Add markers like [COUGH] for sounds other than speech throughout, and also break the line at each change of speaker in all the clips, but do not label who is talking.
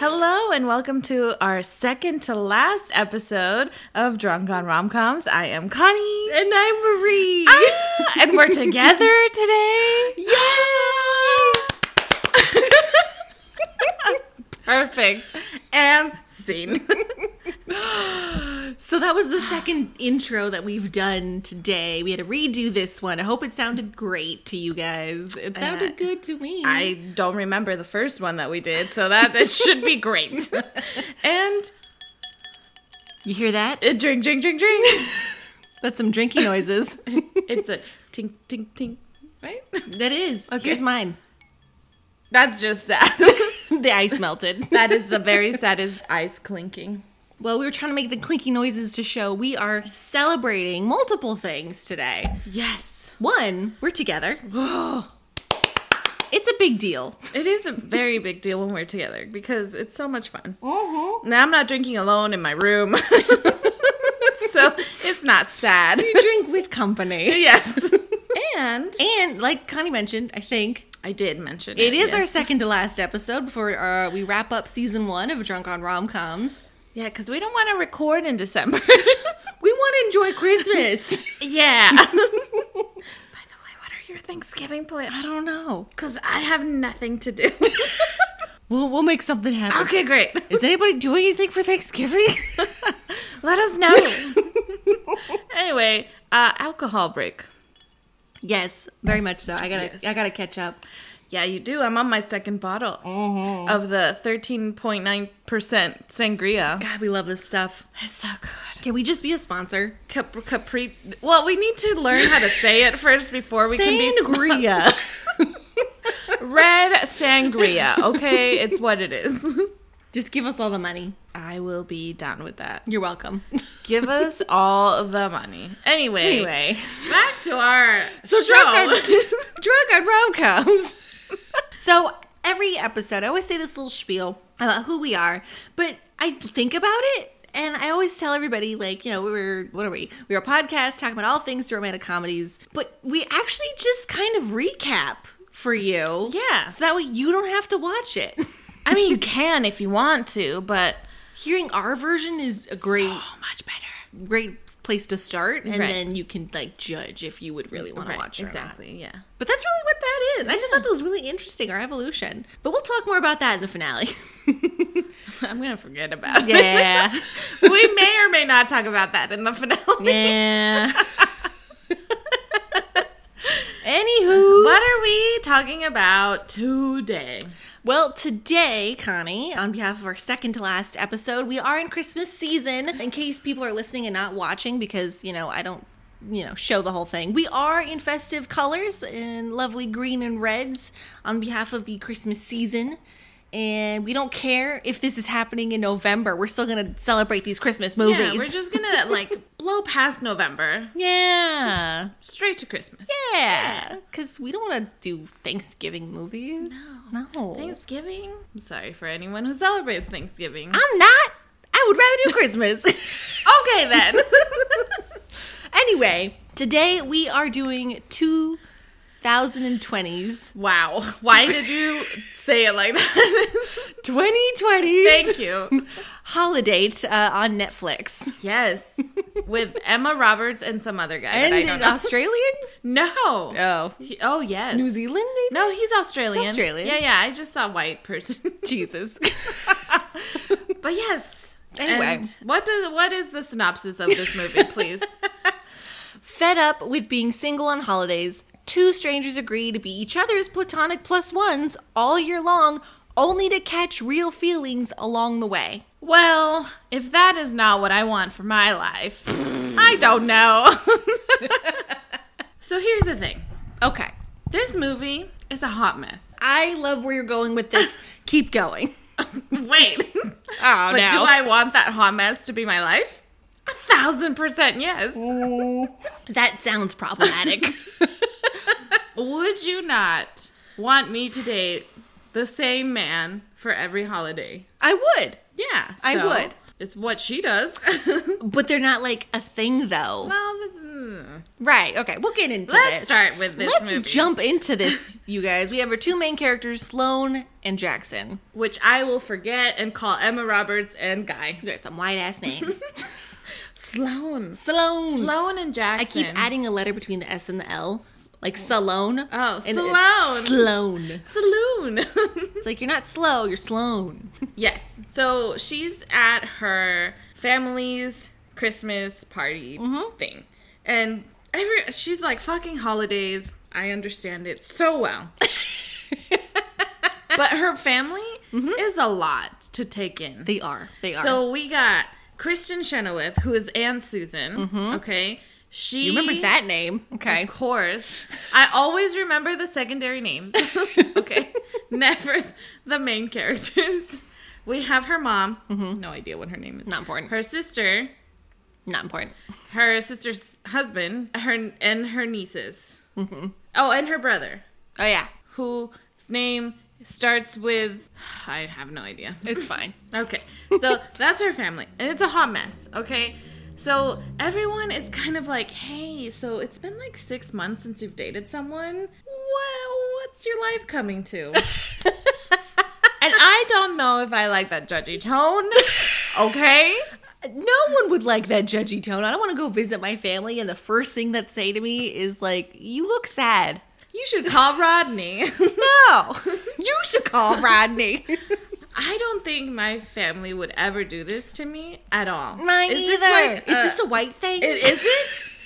and welcome to our second to last episode of Drunk on Romcoms. I am [LAUGHS] Connie.
And I'm Marie. [LAUGHS]
Ah, and we're together today.
Yay!
[LAUGHS] Perfect. And scene.
so that was the second intro that we've done today. We had to redo this one. I hope it sounded great to you guys. It sounded
Uh,
good to me.
I don't remember the first one that we did, so that, that should be great. And
you hear that?
uh, drink, drink, drink, drink.
That's some
[LAUGHS]
drinking noises.
It's a tink, tink, tink, right?
that is.
Okay.
Here's mine. [LAUGHS]
That's just sad. [LAUGHS]
the ice melted.
that is the very saddest ice clinking.
Well, we were trying to make the clinky noises to show we are celebrating multiple things today.
Yes.
One, we're together.
[SIGHS]
It's a big deal.
It is a very big deal when we're together because it's so much fun.
Mm-hmm.
Now I'm not drinking alone in my room. [LAUGHS] so it's not sad. [LAUGHS]
You drink with company.
Yes. And
And like Connie mentioned, I think
I did mention
it is
yes.
our second to last episode before uh, we wrap up season one of Drunk on Romcoms.
Yeah, because we don't want to record in [LAUGHS] December.
We want to enjoy [LAUGHS] Christmas.
yeah. By the [LAUGHS] way, what are your Thanksgiving
I
plans?
don't know.
Because I have nothing to do.
We'll we'll make something
[LAUGHS]
happen.
okay, great. [LAUGHS]
Is anybody doing anything for Thanksgiving?
Let us know. anyway, uh, alcohol break.
[LAUGHS] yes, very much so. I gotta
Yes.
I gotta catch up.
Yeah, you do. I'm on my second bottle of the 13.9% sangria.
God, we love this stuff.
It's so good.
Can we just be a sponsor?
Cap- Capri. Well, we need to learn how to say it first before we can be
sangria.
red sangria. Okay, it's what it is.
[LAUGHS]
[LAUGHS]
just give us all the money.
I will be down with that.
You're welcome.
Give us all the money. Anyway,
[LAUGHS] anyway,
back to our
so
show.
drunk on, [LAUGHS]
[LAUGHS]
drunk on rom coms. [LAUGHS] so every episode, I always say this little spiel about who we are, but I think about it. And I always tell everybody, like, you know, we were, what are we? We were a podcast talking about all things to romantic comedies, but we actually just kind of recap for you.
Yeah.
So that way you don't have to watch it.
I mean, you can if you want to, but
[LAUGHS] Hearing our version is a great
so much better.
great place to start and
Right.
then you can like judge if you would really want to watch it exactly
exactly. Yeah.
but that's really what that is i just thought that was really interesting our evolution but we'll talk more about that in the finale
[LAUGHS] I'm gonna forget about
[LAUGHS] yeah
it. [LAUGHS] we may or may not talk about that in the finale.
yeah anywho
What are we talking about today?
well today connie on behalf of our second to last episode we are in christmas season in case people are listening and not watching because you know i don't you know show the whole thing we are in festive colors in lovely green and reds on behalf of the christmas season and we don't care if this is happening in november we're still gonna celebrate these christmas movies
Yeah, we're just gonna
[LAUGHS]
like blow past November
yeah
straight to Christmas.
Uh. yeah because we don't want to do thanksgiving movies no,
Thanksgiving. I'm sorry for anyone who celebrates Thanksgiving.
i'm not i would rather do christmas [LAUGHS]
Okay then.
anyway today we are doing 2020s
wow. Why did you say it like
[LAUGHS]
that?
2020s
Thank you.
holiday uh, on Netflix.
Yes. With Emma Roberts and some other guy that I
And
don't
an
know.
Australian?
[LAUGHS] no.
Oh.
He- oh yes.
New Zealand, maybe?
no, he's Australian.
He's Australian.
Yeah, yeah. I just saw white person.
[LAUGHS]
[LAUGHS]
Jesus.
but yes.
Anyway.
And what does what is the synopsis of this movie,
[LAUGHS]
please?
Fed up with being single on holidays, two strangers agree to be each other's platonic plus ones all year long, only to catch real feelings along the way.
well, if that is not what I want for my life, I don't know. [LAUGHS] so here's the thing.
Okay.
This movie is a hot mess.
I love where you're going
[LAUGHS]
with this. Keep going.
Wait.
[LAUGHS] Oh,
but do I want that hot mess to be my life? A thousand percent yes.
that sounds problematic.
Would you not want me to date the same man for every holiday?
[LAUGHS] I would.
Yeah.
I
so
would.
It's what she does. [LAUGHS]
But they're not like a thing, though.
well, that's, mm.
Right. Okay. We'll get into
Let's
this.
start with this
Let's
movie.
jump into this, you guys. We have our two main characters, Sloane and Jackson.
which I will forget and call Emma Roberts and Guy.
There's some white ass names.
Sloan.
[LAUGHS] Sloane.
Sloan and
I
Jackson.
keep adding a letter between the S and the L, like Salone.
Oh,
and
Salone.
Sloane. [LAUGHS]
Saloon.
It's like you're not slow, you're Sloane.
Yes. So she's at her family's Christmas party
Mm-hmm.
thing. And every she's like fucking holidays. I understand it so
[LAUGHS]
well. but her family is a lot to take in.
Mm-hmm. They are. They are.
So we got Kristen Chenoweth, who is Aunt Susan. Okay. She
Mm-hmm. you remember that name? Okay.
Of course. I always remember the secondary
[LAUGHS]
names. okay. Never the main characters. We have her mom. No idea what her name is.
Mm-hmm. Not important.
Her sister,
Not important.
her sister's husband, her and her nieces.
Mm-hmm.
Oh, and her brother,
Oh yeah.
whose name starts with [SIGHS] I have no idea.
It's fine.
Okay. So [LAUGHS] that's her family. And it's a hot mess, okay? So everyone is kind of like, hey, so it's been like six months since you've dated someone. Well, what's your life coming
[LAUGHS]
to? and I don't know if I like that judgy
[LAUGHS]
tone, okay?
No one would like that judgy tone. I don't want to go visit my family, and the first thing that say to me is like, "You look sad."
You should call Rodney. [LAUGHS]
No, you should call Rodney.
I don't think my family would ever do this to me at all.
[LAUGHS] Mine
Is
either.
this like
is
a-
this a white thing?
it is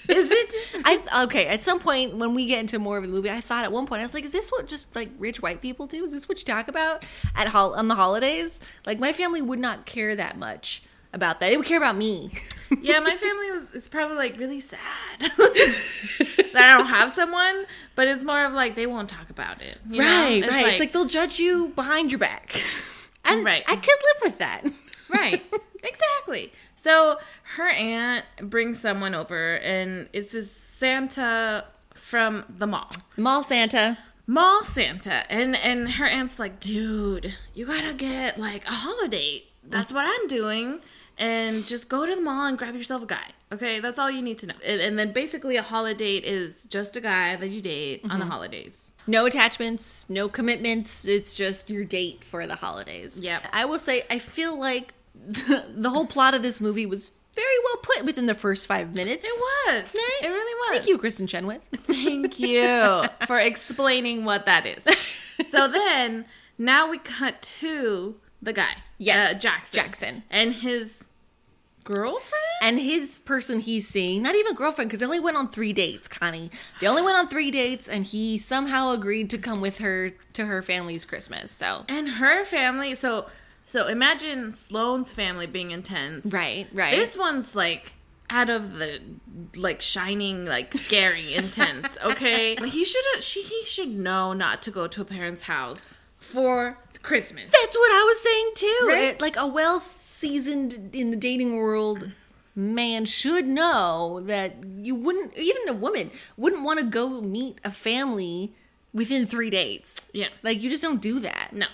it? Is
[LAUGHS]
it?
I okay. At some point, when we get into more of the movie, I thought at one point I was like, "Is this what just like rich white people do? Is this what you talk about at hol- on the holidays?" Like my family would not care that much about that. They would care about me.
[LAUGHS] Yeah, my family was, is probably like really sad [LAUGHS] that I don't have someone, but it's more of like they won't talk about it. you know?
right,
It's
right. it's like they'll judge you behind your back, [LAUGHS] and
Right.
I could live with that. [LAUGHS]
[LAUGHS] right, exactly. So her aunt brings someone over, and it's this Santa from the mall,
Mall Santa.
mall Santa, and and her aunt's like, dude, you gotta get like a holiday. That's what I'm doing. And just go to the mall and grab yourself a guy. Okay, that's all you need to know. And, and then basically, a holiday is just a guy that you date on the
Mm-hmm.
holidays.
No attachments, no commitments. It's just your date for the holidays.
Yep.
I will say, I feel like [LAUGHS] the, the whole plot of this movie was very well put within the first five minutes.
It was.
Right?
It really was.
Thank you,
[LAUGHS]
Kristen Chenoweth.
Thank you for explaining what that is.
[LAUGHS]
So then, now we cut to the guy.
Yes,
uh, Jackson.
Jackson.
And his girlfriend?
and his person he's seeing, not even girlfriend, because they only went on three dates, Connie. They only went on three dates, and he somehow agreed to come with her to her family's Christmas. So,
And her family. So so imagine Sloane's family being intense.
right, right.
This one's like out of the like shining, like
[LAUGHS]
scary, intense. Okay, he should have. She he should know not to go to a parent's house for Christmas.
That's what I was saying too.
Right?
It- like a well seasoned in the dating world man should know that you wouldn't, even a woman wouldn't want to go meet a family within three dates.
Yeah.
Like you just don't do that.
No.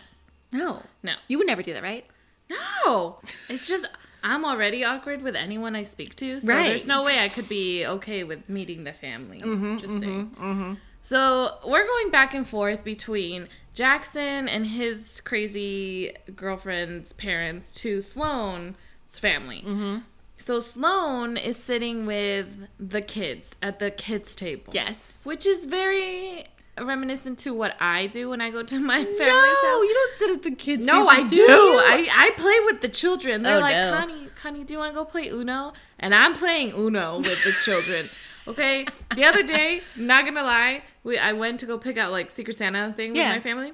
No,
No.
you would never do that, right?
No. It's just I'm already awkward with anyone I speak to, so
Right.
there's no way I could be okay with meeting the family.
Mm-hmm,
just saying. So we're going back and forth between Jackson and his crazy girlfriend's parents to Sloane's family.
Mm-hmm.
So Sloane is sitting with the kids at the kids' table.
Yes.
Which is very reminiscent to what I do when I go to my family's
No,
house.
you don't sit at the kids.
No,
table,
I do.
you?
I, I play with the children. They're
Oh,
like,
no.
Connie, Connie, do you want to go play Uno? And I'm playing Uno with the
[LAUGHS]
children. Okay. The other day, not gonna lie, we I went to go pick out like Secret Santa thing
Yeah.
with my family,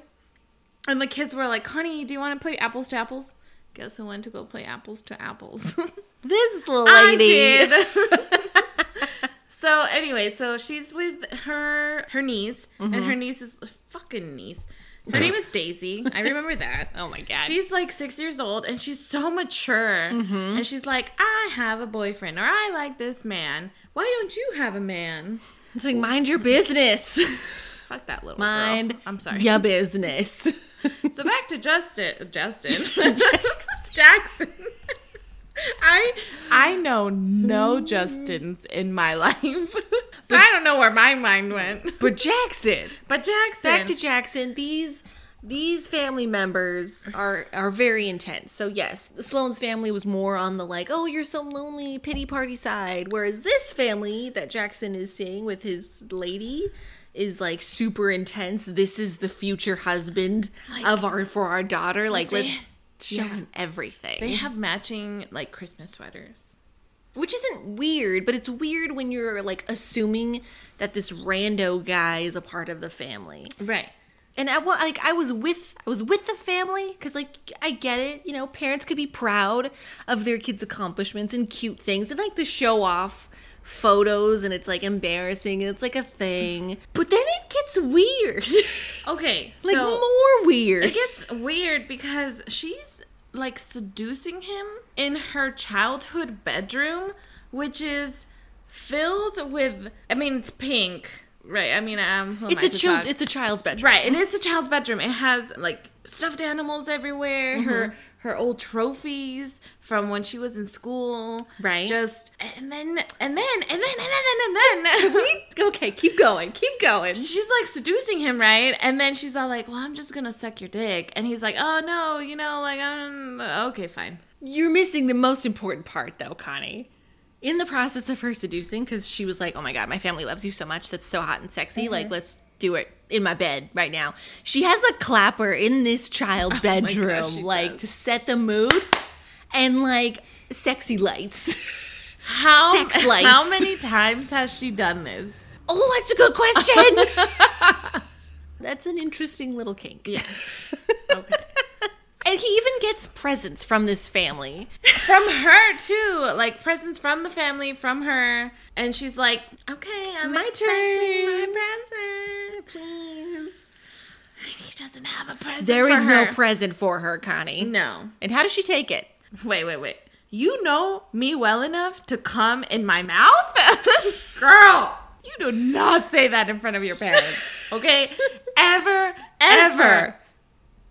and the kids were like, Connie, do you want to play apples to apples? Guess who went to go play apples to apples? [LAUGHS]
this lady.
I did. so anyway, so she's with her her niece, and
Mm-hmm.
her niece is fucking niece. Her name is Daisy. I remember that.
[LAUGHS] Oh my god.
She's like six years old and she's so mature.
Mm-hmm.
And she's like, I have a boyfriend or I like this man. Why don't you have a man?
[LAUGHS] it's like mind your business.
[LAUGHS] Fuck that little
Mind.
girl. I'm sorry.
Your business. [LAUGHS]
[LAUGHS] So back to Justin. Justin. Jackson. I I know no Justins in my life. [LAUGHS] so I don't know where my mind went.
But Jackson,
But Jackson
back to Jackson. These these family members are are very intense. So yes, Sloane's family was more on the like, oh, you're so lonely, pity party side. Whereas this family that Jackson is seeing with his lady is like super intense. This is the future husband of our for our daughter. Like
they-
let's show him everything.
they have matching like Christmas sweaters.
Which isn't weird, but it's weird when you're like assuming that this rando guy is a part of the family.
Right.
And I wa- like I was with I was with the family cuz like I get it, you know, parents could be proud of their kids' accomplishments and cute things and like the show off photos and it's like embarrassing and it's like a thing. But then it gets weird. [LAUGHS]
Okay.
like
so
more weird.
it gets weird because she's like seducing him in her childhood bedroom, which is filled with I mean it's pink. Right. I mean um who am
it's
I
a
to
child
talk?
it's a child's bedroom.
Right, it is the child's bedroom. It has like stuffed animals everywhere. Her her old trophies from when she was in school.
Right.
Just and then and then and then and then and then and then.
[LAUGHS] okay, keep going. Keep going.
She's like seducing him, right? And then she's all like, "Well, I'm just gonna suck your dick," and he's like, "Oh no, you know, like, I'm okay, fine."
You're missing the most important part, though, Connie. In the process of her seducing, because she was like, oh my God, my family loves you so much. That's so hot and sexy.
Mm-hmm.
Like, let's do it in my bed right now. She has a clapper in
[LAUGHS]
this child
Oh gosh,
bedroom,
she
like,
does.
to set the mood and, like,
[LAUGHS]
sexy lights.
How
Sex lights.
how many times has she done
[LAUGHS]
this?
oh, that's a good question. [LAUGHS] that's an interesting little kink. [LAUGHS] Oh.
Yeah. Okay.
And he even gets presents from this family.
from her too, like presents from the family, from her, and she's like, "Okay, I'm
My
expecting
turn."
my present."
Please.
He doesn't have a present.
There
for
is no
her.
present for her, Connie.
no.
And how does she take it?
Wait, wait, wait. You know me well enough to come in my mouth, [LAUGHS] girl. You do not say that in front of your parents, okay? Ever, ever,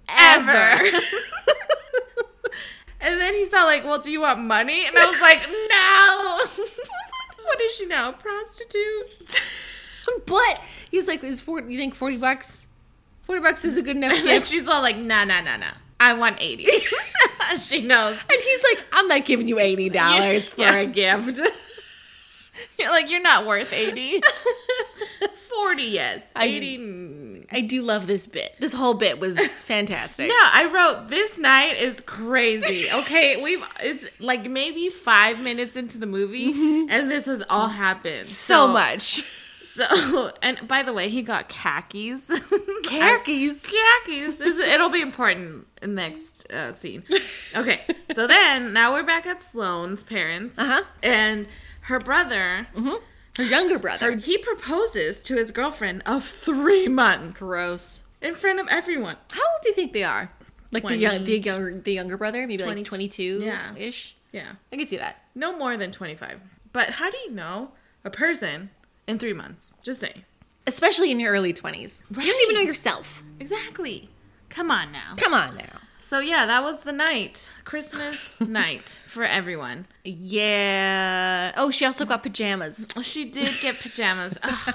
ever.
[LAUGHS]
and then he's all like, "Well, do you want money?" And I was like, "No." [LAUGHS] what is she now, a prostitute?
but he's like, is forty? You think forty bucks? Forty bucks is a good [LAUGHS] enough
And
gift.
she's all like, "No, no, no, no. I want 80."
[LAUGHS]
she knows.
and he's like, I'm not giving you eighty dollars for
Yeah.
a gift.
[LAUGHS]
[LAUGHS]
You're like, "You're not worth [LAUGHS] 80." 40, yes.
I
80. mm.
I do love this bit. This whole bit was [LAUGHS] fantastic.
No, I wrote this night is crazy.
[LAUGHS]
Okay, we've it's like maybe 5 minutes into the movie and this has all happened.
Mm-hmm. so much.
So, [LAUGHS] and by the way, he got khakis. [LAUGHS]
Khakis?
khakis. This- it'll be important in the next uh, scene. Okay. So then, now we're back at Sloane's parents.
Uh-huh. Mm-hmm.
And her brother,
Her younger brother.
or he proposes to his girlfriend of three months
Gross.
in front of everyone.
How old do you think they are? Like the young, the
Twenty.
younger, the younger brother, maybe
Twenty-
like twenty-two
yeah.
ish.
Yeah.
I could see that.
No more than 25. But how do you know a person in three months? Just saying.
Especially in your early twenties, you don't even know
Right.
yourself.
Exactly. Come on now.
Come on now.
So, yeah, that was the night. [LAUGHS] Christmas night for everyone.
Yeah. Oh, she also got pajamas.
She did get pajamas. [LAUGHS] Ugh.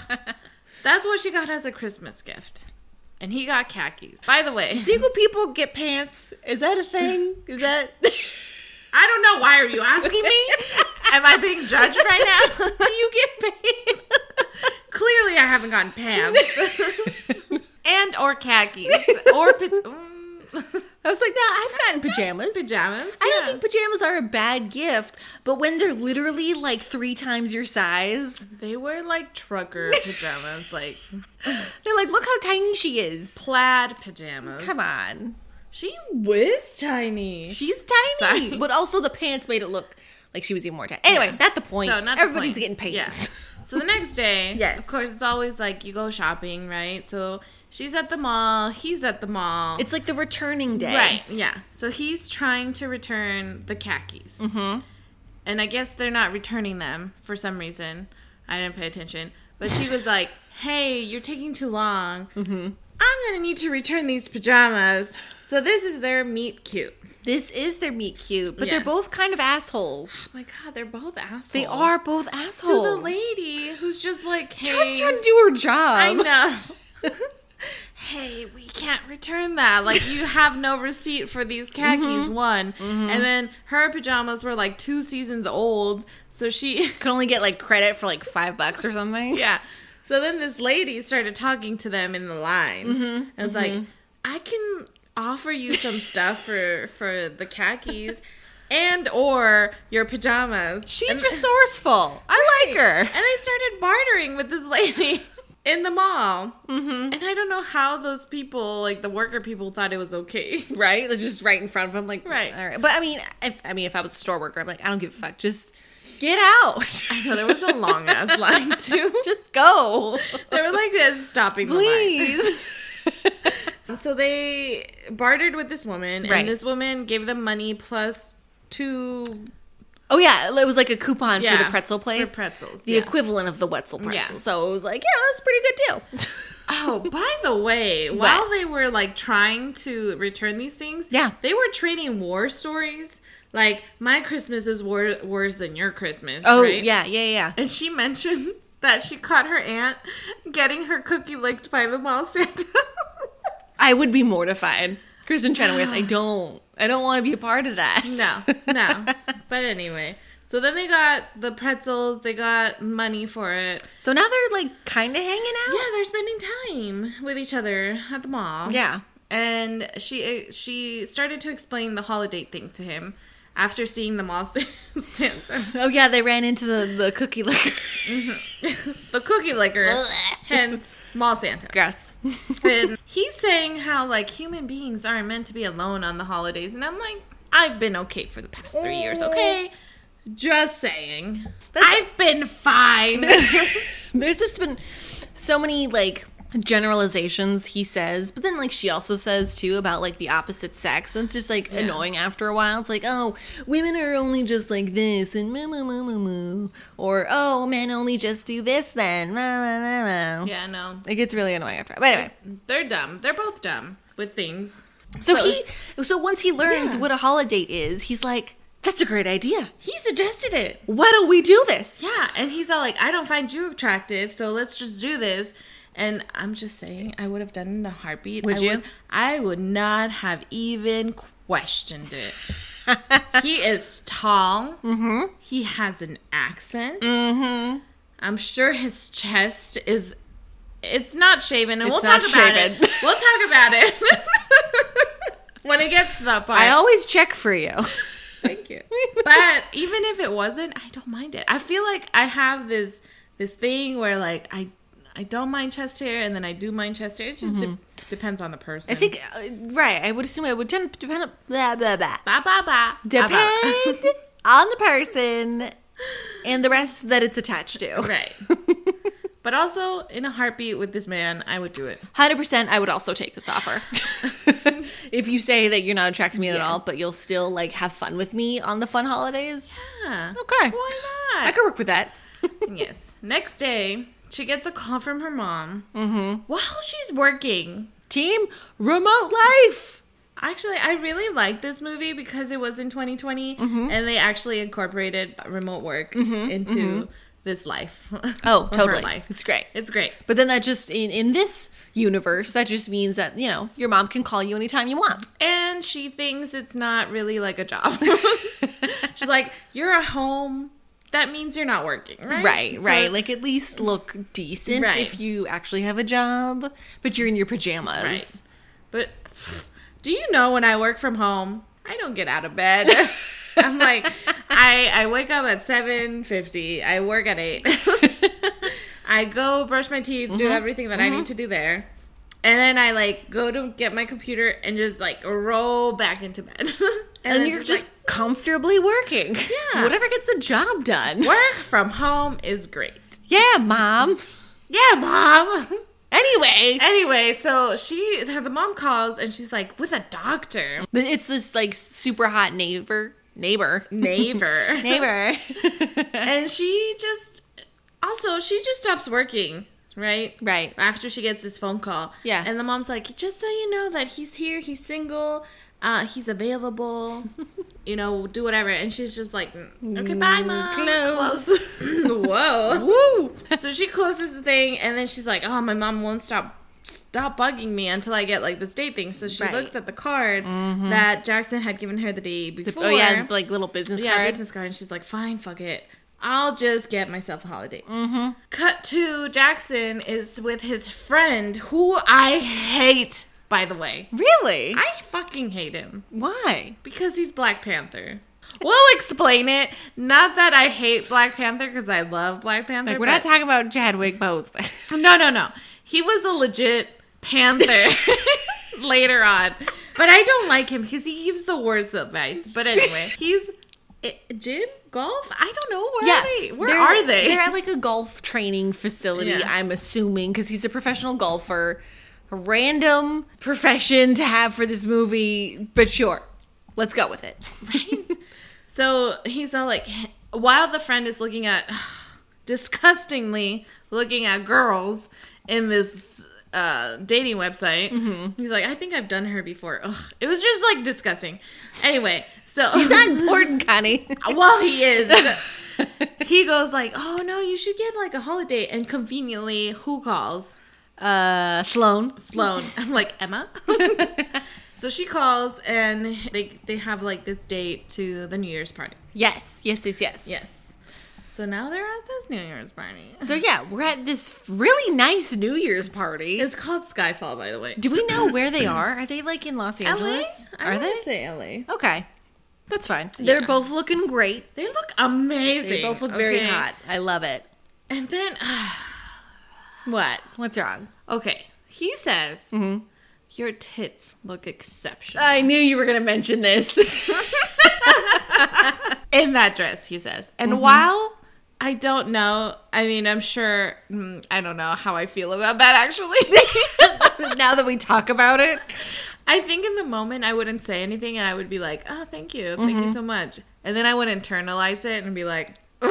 That's what she got as a Christmas gift. And he got khakis. By the way,
[LAUGHS] Single people get pants. Is that a thing? Is that [LAUGHS]
I don't know why are you asking [LAUGHS] me? Am I being judged right [LAUGHS] now?
[LAUGHS] do you get pants?
Clearly I haven't gotten pants [LAUGHS] and or [LAUGHS] khakis or pa- mm,
[LAUGHS]
[LAUGHS]
I was like, no, I've gotten pajamas.
pajamas.
I
yeah.
don't think pajamas are a bad gift, but when they're literally like three times your size,
they were like [LAUGHS] trucker pajamas, like
they're like, look how tiny she is.
plaid pajamas.
Come on,
She was tiny.
she's tiny.
Sorry.
But also the pants made it look like she was even more tiny. Anyway, not the point.
So not the
Everybody's
point.
getting pants.
Yeah. So the next [LAUGHS] day,
Yes.
of course, it's always like you go shopping, right? So she's at the mall, he's at the mall.
It's like the returning day.
right, yeah. So he's trying to return the khakis. Mm-hmm. And I guess they're not returning them for some reason. I didn't pay attention. But she was [LAUGHS] like, hey, you're taking too long. Mm-hmm. I'm going to need to return these pajamas. So this is their meet cute.
This is their meet cute, but
Yes.
they're both kind of assholes.
Oh my god, they're both assholes.
They are both
To
assholes.
the lady who's just like, hey,
Just trying to do her job.
I know. [LAUGHS] hey, we can't return that. Like
[LAUGHS]
you have no receipt for these khakis.
Mm-hmm.
One, and then her pajamas were like two seasons old, so she
[LAUGHS]
[LAUGHS]
Could only get like credit for like five bucks or something.
yeah. So then this lady started talking to them in the line.
Mm-hmm.
and it's like, I can offer you
[LAUGHS]
some stuff for for the khakis and or your pajamas.
She's
and,
resourceful. I like her.
and they started bartering with this lady [LAUGHS] in the mall.
Mm.
Mm-hmm. And I don't know how those people, like the worker people, thought it was okay. [LAUGHS]
Right? Like, Just right in front of him, like
Right.
All right. But I mean, if I mean, if I was a store worker, I'm like, I don't give a fuck. Just get out.
I know there
[LAUGHS]
was a long ass line too. [LAUGHS]
Just go,
They were like this stopping the line. [LAUGHS]
please.
So they bartered with this woman,
Right.
and this woman gave them money plus two
oh yeah, it was like a coupon for
Yeah,
the pretzel place.
for pretzels,
The
yeah.
equivalent of the Wetzel pretzel.
Yeah.
So it was like, yeah, that's a pretty good deal.
[LAUGHS]
[LAUGHS]
Oh, by the way, while they were like trying to return these things,
Yeah.
they were trading war stories. Like my Christmas is wor- worse than your Christmas.
oh
right?
yeah, yeah, yeah.
and she mentioned [LAUGHS] that she caught her aunt getting her cookie licked by the mall Santa. [LAUGHS]
I would be mortified. Kristen Chenoweth,
[SIGHS]
I don't. I don't want to be a part of that.
no,
[LAUGHS]
no. But anyway, so then they got the pretzels. They got money for it.
So now they're like kind of hanging out.
Yeah, they're spending time with each other at the mall.
Yeah.
and she she started to explain the holiday thing to him after seeing them all [LAUGHS] Santa,
Oh yeah, they ran into the the cookie liquor.
the cookie licker, hence mall Santa.
[LAUGHS] Gross.
[LAUGHS] And he's saying how like human beings aren't meant to be alone on the holidays, and I'm like, I've been okay for the past three years, okay. Just saying, I've been fine. [LAUGHS]
[LAUGHS] There's just been so many like generalizations he says, but then like she also says too about like the opposite sex, and it's just like annoying after a while. It's like, oh, women are only just like this, and moo moo moo moo moo, or oh, men only just do this then. Blah, blah, blah, blah.
yeah, no,
It gets really annoying after. But anyway,
they're dumb. They're both dumb with things.
so,
So-
he, so once he learns
Yeah.
what a holiday is, he's like, that's a great idea.
He suggested it.
Why don't we do this? [LAUGHS]
Yeah, and he's all like, I don't find you attractive, so let's just do this. And I'm just saying, I would have done it in a heartbeat.
Would
I
you?
I would not have even questioned [LAUGHS] it. he is tall. Mm-hmm. He has an accent. Mm-hmm. I'm sure his chest is. It's not shaven, and we'll
not
talk about
shaven.
it. We'll talk about it
[LAUGHS]
when it gets to that part.
I always check for you.
Thank you. But even if it wasn't, I don't mind it. I feel like I have this this thing where like I I don't mind chest hair and then I do mind chest hair. It just de- depends on the person.
Mm-hmm. I think uh, right. I would assume it would depend depend blah blah blah
ba ba ba ba, ba.
depend on the person and the rest that it's attached to.
right. But also in a heartbeat with this man, I would do it.
[LAUGHS] Hundred percent. I would also take this offer. [LAUGHS] if you say that you're not attracted to me at all, but you'll still like have fun with me on the fun holidays.
Yeah.
Okay,
Ah, Why
I
not?
could work with that.
yes. Next day, she gets a call from her mom
Mm-hmm.
while she's working.
Team remote life.
Actually, I really like this movie because it was in 2020
Mm-hmm.
and they actually incorporated remote work into this life. [LAUGHS]
Oh,
Or her
totally.
life.
It's great.
It's great.
But then that just in in this universe, that just means that you know your mom can call you anytime you want.
And she thinks it's not really like a
[LAUGHS]
job. [LAUGHS] She's like, "You're at home. That means you're not working, [LAUGHS] right?"
Right,
So-
right. Like at least look decent
Right.
if you actually have a job, but you're in your pajamas.
Right.
[LAUGHS]
[LAUGHS] But do you know when I work from home, I don't get out of bed. I'm like, I I wake up at seven fifty. I work at eight. I go brush my teeth, do everything that I need to do there, and then I like go to get my computer and just like roll back into bed. [LAUGHS] and
And,
then
you're
like,
just comfortably working.
Yeah.
Whatever gets the job done.
work from home is great.
Yeah,
[LAUGHS]
mom.
Yeah, mom.
Anyway,
[LAUGHS] anyway, so she the mom calls and she's like with a doctor
but it's this like super hot neighbor.
[LAUGHS]
Neighbor.
neighbor.
Neighbor. [LAUGHS]
and she just also she just stops working right?
Right.
After she gets this phone call.
Yeah.
And the mom's like, just so you know that he's here, he's single, uh, he's
[LAUGHS]
available, you know, do whatever. And she's just like, "Mm, okay, bye, mom.
close.
Close. [LAUGHS] Whoa.
[LAUGHS] Woo!
so she closes the thing, and then she's like, oh, my mom won't stop. Stop bugging me until I get like this date thing. So she
Right. Mm-hmm.
looks at the card that Jackson had given her the day before.
Oh yeah, it's like little business
Yeah,
cards.
business card. And she's like, fine, fuck it. I'll just get myself a holiday. Mm-hmm. Cut to Jackson is with his friend, who I hate, by the way.
Really?
I fucking hate him
Why?
because he's Black Panther. We'll explain it. Not that I hate Black Panther because I love Black Panther.
Like we're not
but-
talking about Chadwick Boseman. [LAUGHS]
No, no, no. He was a legit
[LAUGHS]
Panther later on. But I don't like him because he gives the worst advice. But
[LAUGHS]
anyway, he's eh, gym golf. I don't know where are they. Where
they're-
are they? [LAUGHS]
They're at like a golf training facility,
Yeah.
I'm assuming, because he's a professional golfer. A random profession to have for this movie, but sure, let's go with it.
So he's all like, while the friend is looking at, [SIGHS] disgustingly looking at girls in this uh, dating website,
Mm-hmm.
he's like, I think I've done her before. Ugh. It was just like disgusting. Anyway, so
[LAUGHS] He's not
[LAUGHS]
important, Connie. [LAUGHS]
well, he is. [LAUGHS] he goes like, "Oh no, you should get like a holiday." And conveniently, who calls?
Uh, Sloan.
Sloan. I'm like
[LAUGHS]
Emma. so she calls, and they they have like this date to the New Year's party.
Yes, yes, yes, yes.
Yes. So now they're at this New Year's party.
So yeah, we're at this really nice New Year's party.
It's called Skyfall, by the way.
Do we know where they are? Are they like in Los
LA?
Angeles?
I
Are
wanna
they?
say LA?
Okay, that's fine.
Yeah.
They're both looking great.
They look amazing.
They both look very
okay?
hot. I love it.
And then, [SIGHS]
What? What's wrong?
okay, he says,
Mm-hmm.
"Your tits look exceptional."
I knew you were going to mention this.
in that dress, he says. And while I don't know, I mean, I'm sure, mm, I don't know how I feel about that actually. [LAUGHS]
[LAUGHS] [LAUGHS] now that we talk about [LAUGHS] it,
I think in the moment I wouldn't say anything and I would be like, oh, thank you. Thank
Mm-hmm.
you so much. And then I would internalize it and be like,
[LAUGHS]
[LAUGHS]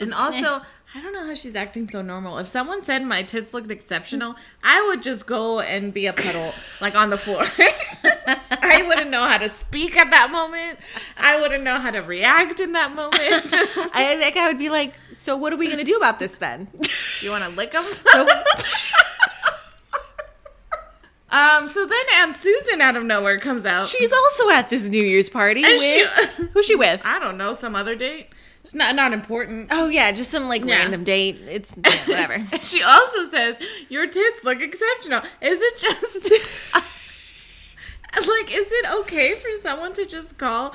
and also, I don't know how she's acting so normal. If someone said my tits looked
Mm.
exceptional, I would just go and be a
[LAUGHS]
puddle, like on the floor. [LAUGHS] I wouldn't know how to speak at that moment. I wouldn't know how to react in that moment.
[LAUGHS] I think I would be like, so what are we going to do about this then?
Do you want to lick them?
So-
[LAUGHS]
[LAUGHS]
um, so then Aunt Susan out of nowhere comes out.
She's also at this New Year's party.
And she-
[LAUGHS] with- who's she with?
I don't know, some other date. It's not not important.
Oh yeah, just some like
Yeah.
random date. [LAUGHS] It's yeah, whatever.
[LAUGHS] And she also says, "Your tits look exceptional." Is it just [LAUGHS] like is it okay for someone to just call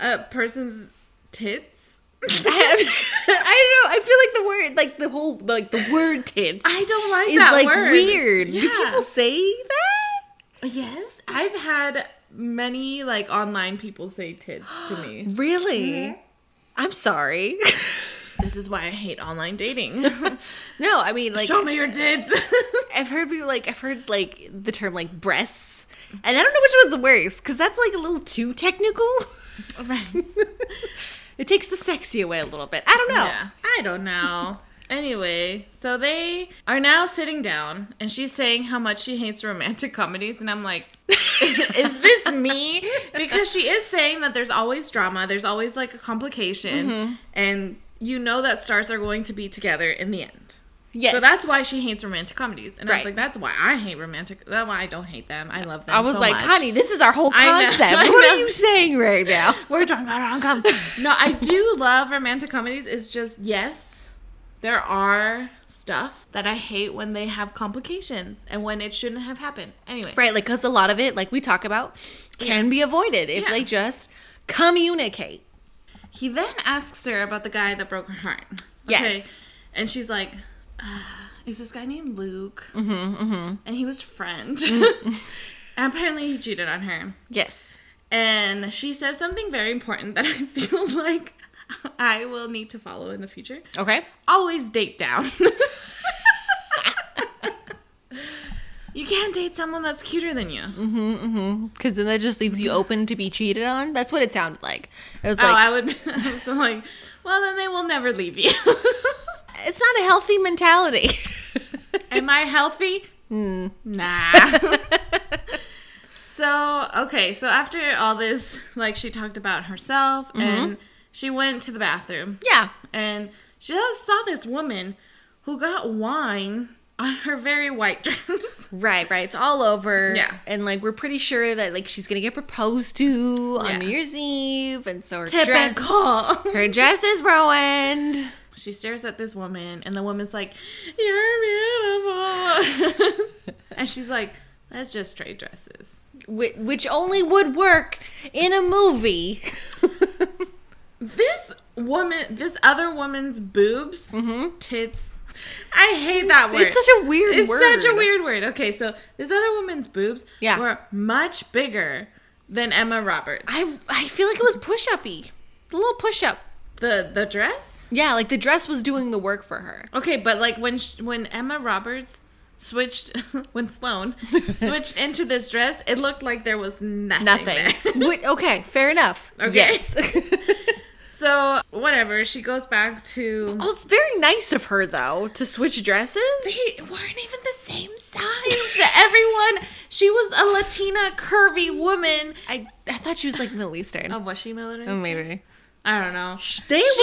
a person's tits?
I don't know. I feel like the word, like the whole, like the word tits
I don't like
is
that
like
word.
weird. Do
Yeah.
people say that?
Yes, I've had many like online people say tits to me.
Really? I'm sorry.
[GASPS]
[LAUGHS]
this is why I hate online [LAUGHS] dating.
[LAUGHS] no, I mean like
Show me your tits. [LAUGHS]
I've heard people like I've heard like the term like breasts, and I don't know which one's worse because that's like a little too technical.
right.
[LAUGHS] it takes the sexy away a little bit. I don't know.
Yeah. I don't know. [LAUGHS] Anyway, so they are now sitting down and she's saying how much she hates romantic comedies and I'm like,
[LAUGHS]
is this me? Because she is saying that there's always drama, there's always like a complication
Mm-hmm.
and you know that stars are going to be together in the end.
Yes.
So that's why she hates romantic comedies. And I was
Right.
like, that's why I hate romantic that's why I don't hate them. I love them.
I was
so
like,
much.
Connie, this is our whole
I know,
concept. [LAUGHS]
I
what
know.
are you saying right now?
We're drunk on rom coms. no, I do love romantic comedies. It's just yes, there are stuff that I hate when they have complications and when it shouldn't have happened. Anyway,
Right, like because a lot of it, like we talk about, can be avoided if
Yeah.
they just communicate.
he then asks her about the guy that broke her heart.
Yes.
and she's like. Uh, is this guy named Luke? Mm-hmm, And he was French. [LAUGHS] and apparently he cheated on her.
Yes.
And she says something very important that I feel [LAUGHS] like I will need to follow in the future.
Okay.
always date down. [LAUGHS] you can't date someone that's cuter than you.
Because then that just leaves you open to be cheated on. That's what it sounded like. It was
oh, [LAUGHS]
like,
I would. I was like, well, then they will never leave you.
it's not a healthy [LAUGHS] mentality.
[LAUGHS] Am I healthy?
Mm.
Nah. so, okay, so after all this, like she talked about herself and she went to the bathroom
yeah.
and she just saw this woman who got wine on her very white [LAUGHS] dress.
Right, right. It's all over.
Yeah.
And like we're pretty sure that like she's gonna get proposed to on
Yeah.
New Year's Eve and so her dress
Typical.
her dress is ruined.
She stares at this woman and the woman's like, You're beautiful. [LAUGHS] and she's like, That's just trade dresses.
Whi- Which only would work in a [LAUGHS] movie.
This woman, this other woman's boobs, tits. I hate that word.
It's such a weird
Mm-hmm. It's
word.
such a weird word. Okay, so this other woman's boobs
Yeah.
were much bigger than Emma Roberts.
I I feel like it was push uppy. A little push up.
The the dress?
Yeah, like the dress was doing the work for her.
Okay, but like when sh- when Emma Roberts switched [LAUGHS] when Sloane switched into this dress, it looked like there was nothing.
Nothing.
there.
Wait, okay, fair enough.
Okay. [LAUGHS]
Yes. [LAUGHS]
so, whatever, she goes back to
oh, it's very nice of her though to switch dresses.
they weren't even the same size. [LAUGHS] Everyone, she was a Latina curvy woman.
I I thought she was like Middle Eastern.
Oh, was she Middle
Oh,
Eastern?
maybe.
I don't know.
They
she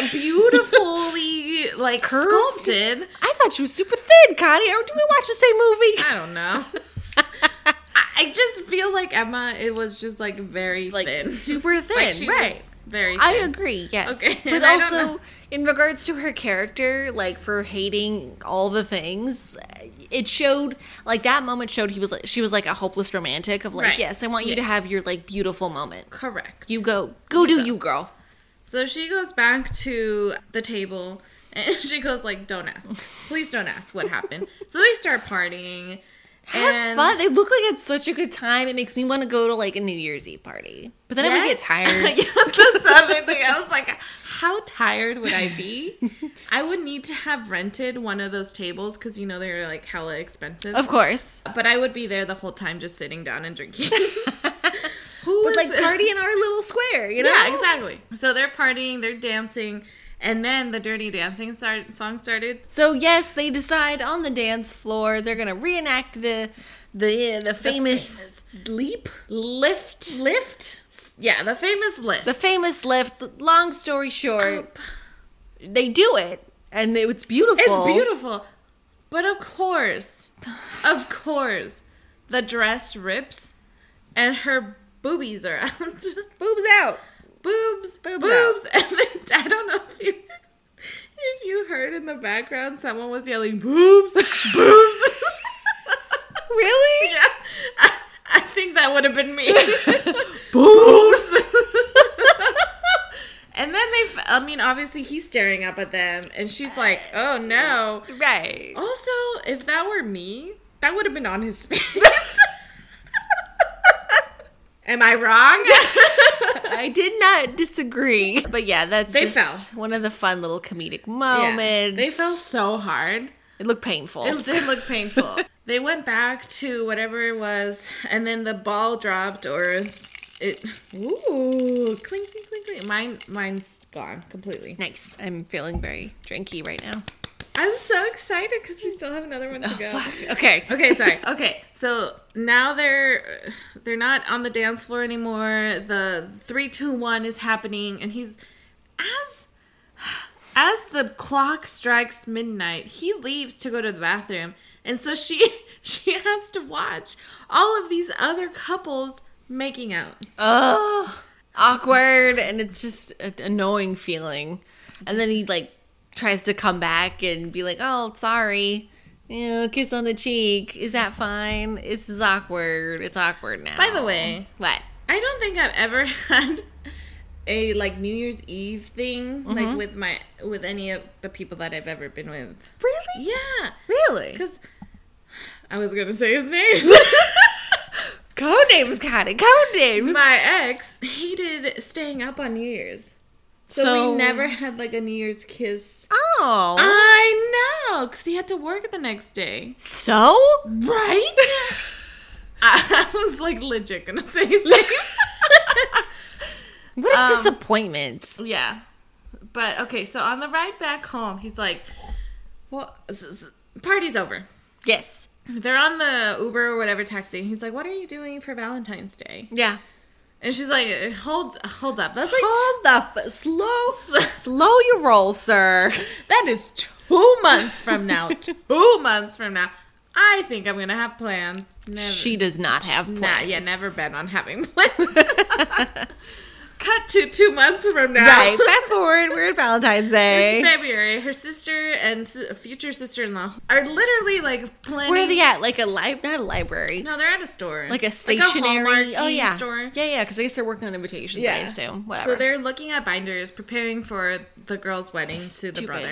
[LAUGHS] was
[LAUGHS]
beautifully like
Curved?
sculpted.
I thought she was super thin, Connie. Or do we watch the same movie?
I don't know. [LAUGHS] I, I just feel like Emma. It was just like very
like
thin,
super
[LAUGHS]
thin,
Like, she was
right?
very.
I
thin.
agree. Yes,
Okay, [LAUGHS]
but
I don't
also
know.
in regards to her character, like for hating all the things, it showed like that moment showed he was like she was like a hopeless romantic of like
Right.
yes, I want you to
Yes.
have your like beautiful moment.
Correct.
You go, go do you, girl.
So she goes back to the table and [LAUGHS] she goes like, "Don't ask. Please don't ask what happened." so they start partying.
Have
and
fun. They look like it's such a good time. It makes me want to go to like a New Year's Eve party, but then I would get
Yes. [LAUGHS]
tired.
yeah, that's [LAUGHS] the other thing. I was like, how tired would I be? I would need to have rented one of those tables because you know they're like hella expensive.
[LAUGHS] Of course.
But I would be there the whole time just sitting down and
[LAUGHS]
drinking. [LAUGHS] Who
But
is
like
this?
party in our little square, you know?
Yeah, exactly. So they're partying, they're dancing, and then the Dirty Dancing start- song started.
So yes, they decide on the dance floor they're gonna reenact the the the famous, leap
Lift.
lift.
Yeah, the famous lift.
The famous lift. Long story short, they do it, and it- it's beautiful.
it's beautiful. But of course, of course, the dress rips and her boobies are out. [LAUGHS]
Boobs out.
boobs,
Boobs
boobs. [LAUGHS] And then I don't know if you if you heard in the background someone was yelling boobs, boobs. [LAUGHS]
Really?
yeah. I, I think that would have been me.
[LAUGHS] Boobs.
[LAUGHS] and then they f- I mean obviously he's staring up at them and she's like, "Oh no."
right.
Also, if that were me, that would have been on his [LAUGHS] face. Am I wrong?
[LAUGHS] I did not disagree, but yeah, that's
They
just one of the fun little
[LAUGHS]
comedic
Yeah.
moments. Oh.
They fell so hard.
It looked painful.
It did look
[LAUGHS]
painful. they went back to whatever it was, and then the ball dropped, or it. Ooh, clink, clink, clink, clink. Mine, mine's gone completely.
nice. I'm feeling very drinky right now.
I'm so excited because we still have another one to go.
Oh, Fuck. Okay.
okay
[LAUGHS]
sorry okay so now they're they're not on the dance floor anymore the three two one is happening and he's as as the clock strikes midnight he leaves to go to the bathroom and so she [LAUGHS] she has to watch all of these other couples making out
oh awkward and it's just an annoying feeling and then he like tries to come back and be like oh sorry you know, kiss on the cheek is that fine this is awkward it's awkward now
by the way
what
i don't think i've ever [LAUGHS] had a like new year's eve thing like with my with any of the people that i've ever been with
really
yeah
really
Because I was gonna say his [LAUGHS] name.
[LAUGHS] code names got it code names
My ex hated staying up on New Year's, so, we never Uh, had like a New Year's kiss.
oh
I know, because he had to work the next day.
so
Right? [LAUGHS] I, I was like legit gonna say his name. [LAUGHS]
what a
Um,
disappointment
yeah, But okay, so on the ride back home, he's like, "Well, s- s- party's over."
Yes.
They're on the Uber or whatever taxi. and He's like, "What are you doing for Valentine's Day?"
Yeah.
And she's like, "Hold, hold up. That's like
Hold the f-
[LAUGHS]
slow, slow your roll, sir.
that is two months from
[LAUGHS]
now. two months from now. I think I'm gonna have plans." Never.
She does not have plans.
Nah, yeah, never [LAUGHS] been on having plans. Cut to two months from now.
[LAUGHS]
[LAUGHS]
Right. Fast forward, we're at Valentine's Day.
It's February. Her sister and s- future sister-in-law are literally like planning.
Where are they at? Like a li- not a library,
No, they're at a store,
like a stationary.
Hallmark-y
oh yeah,
store.
yeah, yeah. Because I guess they're working on invitations. I
Yeah.
assume whatever.
So they're looking at binders, preparing for the girl's wedding to the
Stupid.
brother.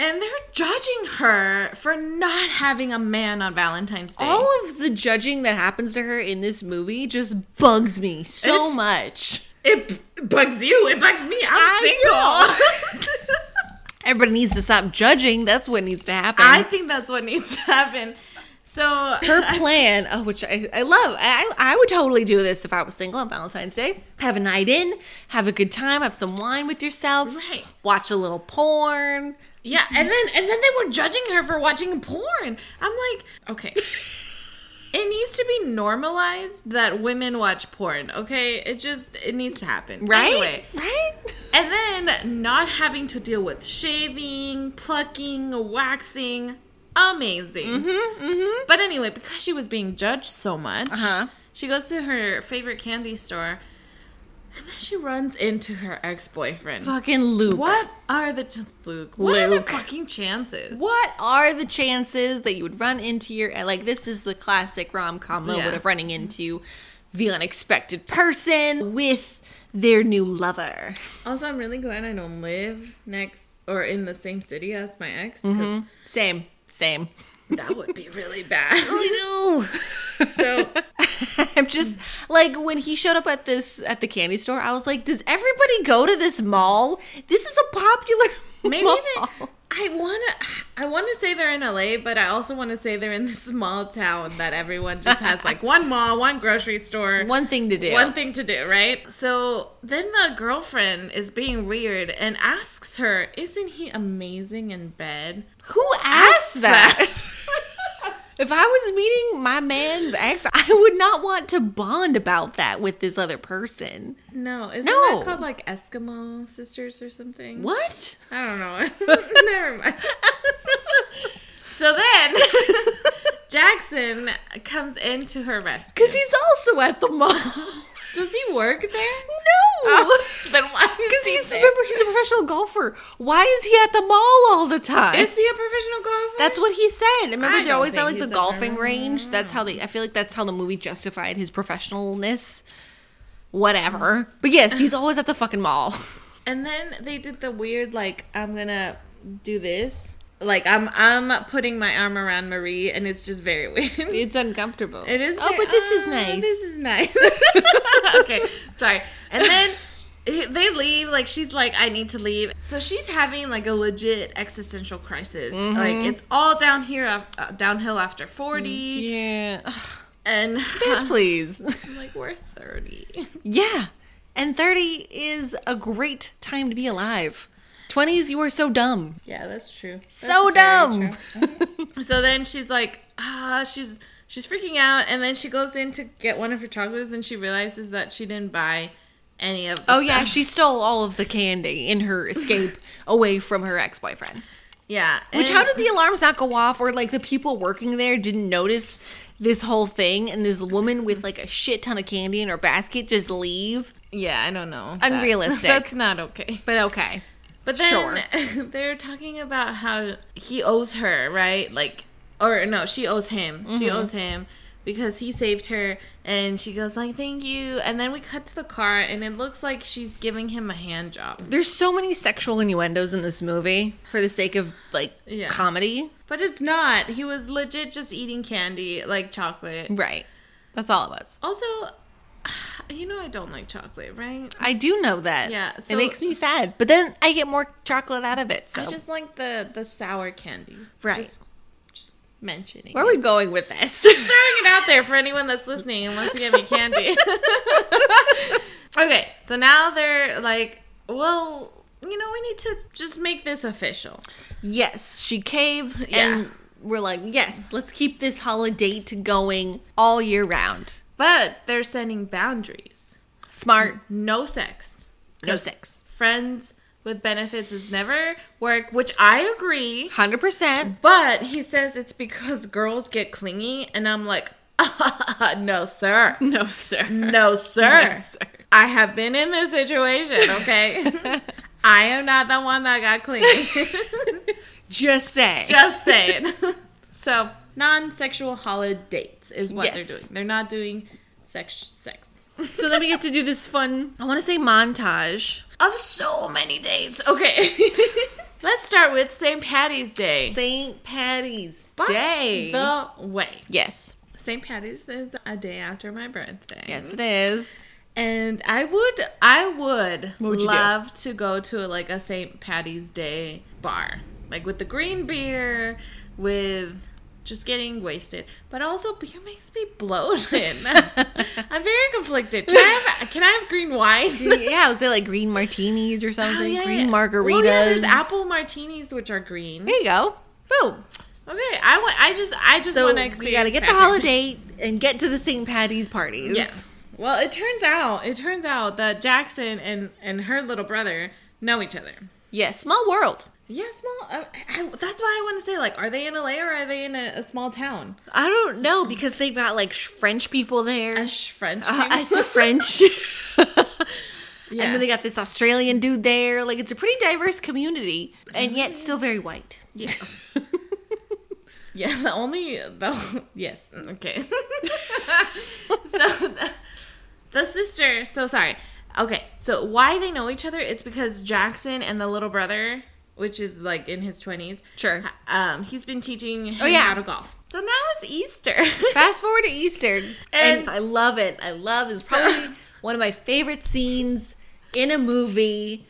And they're judging her for not having a man on Valentine's Day.
all of the judging that happens to her in this movie just bugs me so
It's-
much.
it b- bugs you. It bugs me. I'm single.
Everybody needs to stop judging. That's what needs to happen.
[LAUGHS] I think that's what needs to happen. So
[LAUGHS] her plan, oh, which I, I love. I, I would totally do this if I was single on Valentine's Day. Have a night in, have a good time, have some wine with yourself,
Right.
watch a little porn.
Yeah, and then and then they were judging her for watching porn. I'm like,
[LAUGHS]
okay. It needs to be normalized that women watch porn, okay? It just it needs to happen.
Right?
Anyway,
Right?
and then not having to deal with shaving, plucking, waxing. Amazing.
Mm-hmm.
But anyway, because she was being judged so much,
Uh-huh.
she goes to her favorite candy store and then she runs into her ex-boyfriend.
Fucking Luke.
What are the t- Luke? What are the
Luke.
fucking chances?
What are the chances that you would run into your like this is the classic rom com moment
Yeah.
of running into the unexpected person with their new lover.
Also, I'm really glad I don't live next or in the same city as my ex because
Same, same.
that would be really bad. [LAUGHS]
I know.
So-
[LAUGHS] I'm just like when he showed up at this at the candy store, I was like, does everybody go to this mall? This is a popular
Maybe
[LAUGHS] mall.
they, I wanna I wanna say they're in LA, but I also wanna say they're in this small town that everyone just has like one mall, one grocery store.
one thing to do.
One thing to do, right? So then the girlfriend is being weird and asks her, Isn't he amazing in bed?
Who asked that?
that.
[LAUGHS] If I was meeting my man's ex, I would not want to bond about that with this other person.
no, isn't
No.
that called like Eskimo sisters or something?
[LAUGHS] What?
I don't know. [LAUGHS] Never
[LAUGHS]
mind. so then Jackson comes into her rescue.
Because he's also at the [LAUGHS] mall.
Does he work there?
no.
Oh,
[LAUGHS]
then why [LAUGHS] is
Because
he
he's
there?
remember he's a professional golfer. Why is he at the mall all the time?
Is he a professional golfer?
that's what he said. Remember,
I
they're
don't
always at
think
like the
he's a
golfing
pro-
range. That's how they. I feel like that's how the movie justified his professionalness. Whatever. But yes, he's always at the fucking mall. [LAUGHS]
And then they did the weird like I'm gonna do this. Like I'm I'm putting my arm around Marie and it's just very [LAUGHS] weird.
It's uncomfortable.
It is
Oh,
very-
but this is
ah,
nice.
This is nice. [LAUGHS] okay, sorry. And then it- they leave like she's like I need to leave. So she's having like a legit existential crisis. Like it's all down here af- uh, downhill after 40
yeah.
and [LAUGHS]
[SIGHS] Bitch, please.
I'm like we're 30.
[LAUGHS] yeah. And 30 is a great time to be alive. 20s, you are so dumb.
Yeah, that's true. That's
so
very
dumb.
true. So then she's like, ah, she's she's freaking out, and then she goes in to get one of her chocolates, and she realizes that she didn't buy any of. The
[LAUGHS] oh, yeah.
stuff.
She stole all of the candy in her escape [LAUGHS] away from her ex boyfriend.
yeah.
Which,
and-
how did the alarms not go off or like the people working there didn't notice this whole thing and this woman with like a shit ton of candy in her basket just leave?
Yeah, I don't know. [LAUGHS]
Unrealistic.
That's not okay.
But okay.
But then [LAUGHS] they're talking about how he owes her, right? Like, or no, she owes him.
Mm-hmm.
She owes him because he saved her, and she goes like, "Thank you." And then we cut to the car, and it looks like she's giving him a hand job.
There's so many sexual innuendos in this movie for the sake of like
Yeah.
comedy.
But it's not. He was legit just eating candy, like chocolate.
Right. That's all it was.
Also, [SIGHS] you know I don't like chocolate, right?
I do know that.
Yeah,
it
so-
makes me sad. But then I get more chocolate out of it. So
I just like the the sour candy.
Oh. Right.
Just, just mentioning.
where are
it.
we going
[LAUGHS]
with this?
throwing it out there for anyone that's listening and wants to get me [LAUGHS] candy? okay, so now they're like, well, you know, we need to just make this official.
Yes, she caves
Yeah.
and we're like, yes, let's keep this holiday to going all year round.
But they're setting boundaries.
Smart,
No sex.
no sex.
Friends with benefits is never work, which I agree.
100%.
But he says it's because girls get clingy, and I'm like, [LAUGHS] no, sir.
[LAUGHS] No, sir.
[LAUGHS] No, sir.
No, sir.
I have been in this situation, [LAUGHS] okay? I am not the one that got clingy. [LAUGHS]
Just say.
Just saying. [LAUGHS] so, non sexual holidays is what
Yes.
they're doing. They're not doing sex. sex.
so then we get to do this fun, I want to say montage of so many dates.
[LAUGHS] Okay. [LAUGHS] Let's start with St. Patty's Day.
St. Patty's
By
Day.
The way.
yes.
St. Patty's is a day after my birthday.
Yes, it is.
And I would, I would,
What would you do?
love to go to like a St. Patty's Day bar, like with the green beer, with just getting wasted. But also, beer makes me
[LAUGHS]
bloated. I'm very conflicted. Can I have, can I have green [LAUGHS] wine?
[LAUGHS] yeah, I would say like green martinis or something.
Oh, yeah,
green
yeah.
margaritas.
Well, yeah, there's apple martinis, which are green.
There you go. Boom.
Okay, I want. I just, I just
So
want to
we
experience.
gotta get the
Patty's Day.
holiday and get to the St. Patty's parties.
Yes. Well, it turns out, it turns out that Jackson and and her little brother know each other.
Yes. Small world.
Yeah, small. I, I, that's why I want to say, like, are they in LA or are they in a, a small town?
I don't know because they've got like sh- French people there.
Ash French.
Uh, [LAUGHS]
people?
I said French.
yeah.
And then they got this Australian dude there. Like it's a pretty diverse community and yet still very white. [LAUGHS]
yeah. [LAUGHS] yeah, the only. The, yes, okay. [LAUGHS] so the, the sister. So sorry. Okay, so why they know each other? It's because Jackson and the little brother, which is like in his 20s,
Sure. Oh,
um, he's been teaching him
yeah.
how to golf. So now it's Easter. [LAUGHS]
Fast forward to Easter. And,
And-
I love it. I love
[LAUGHS]
it's probably one of my favorite scenes in a movie.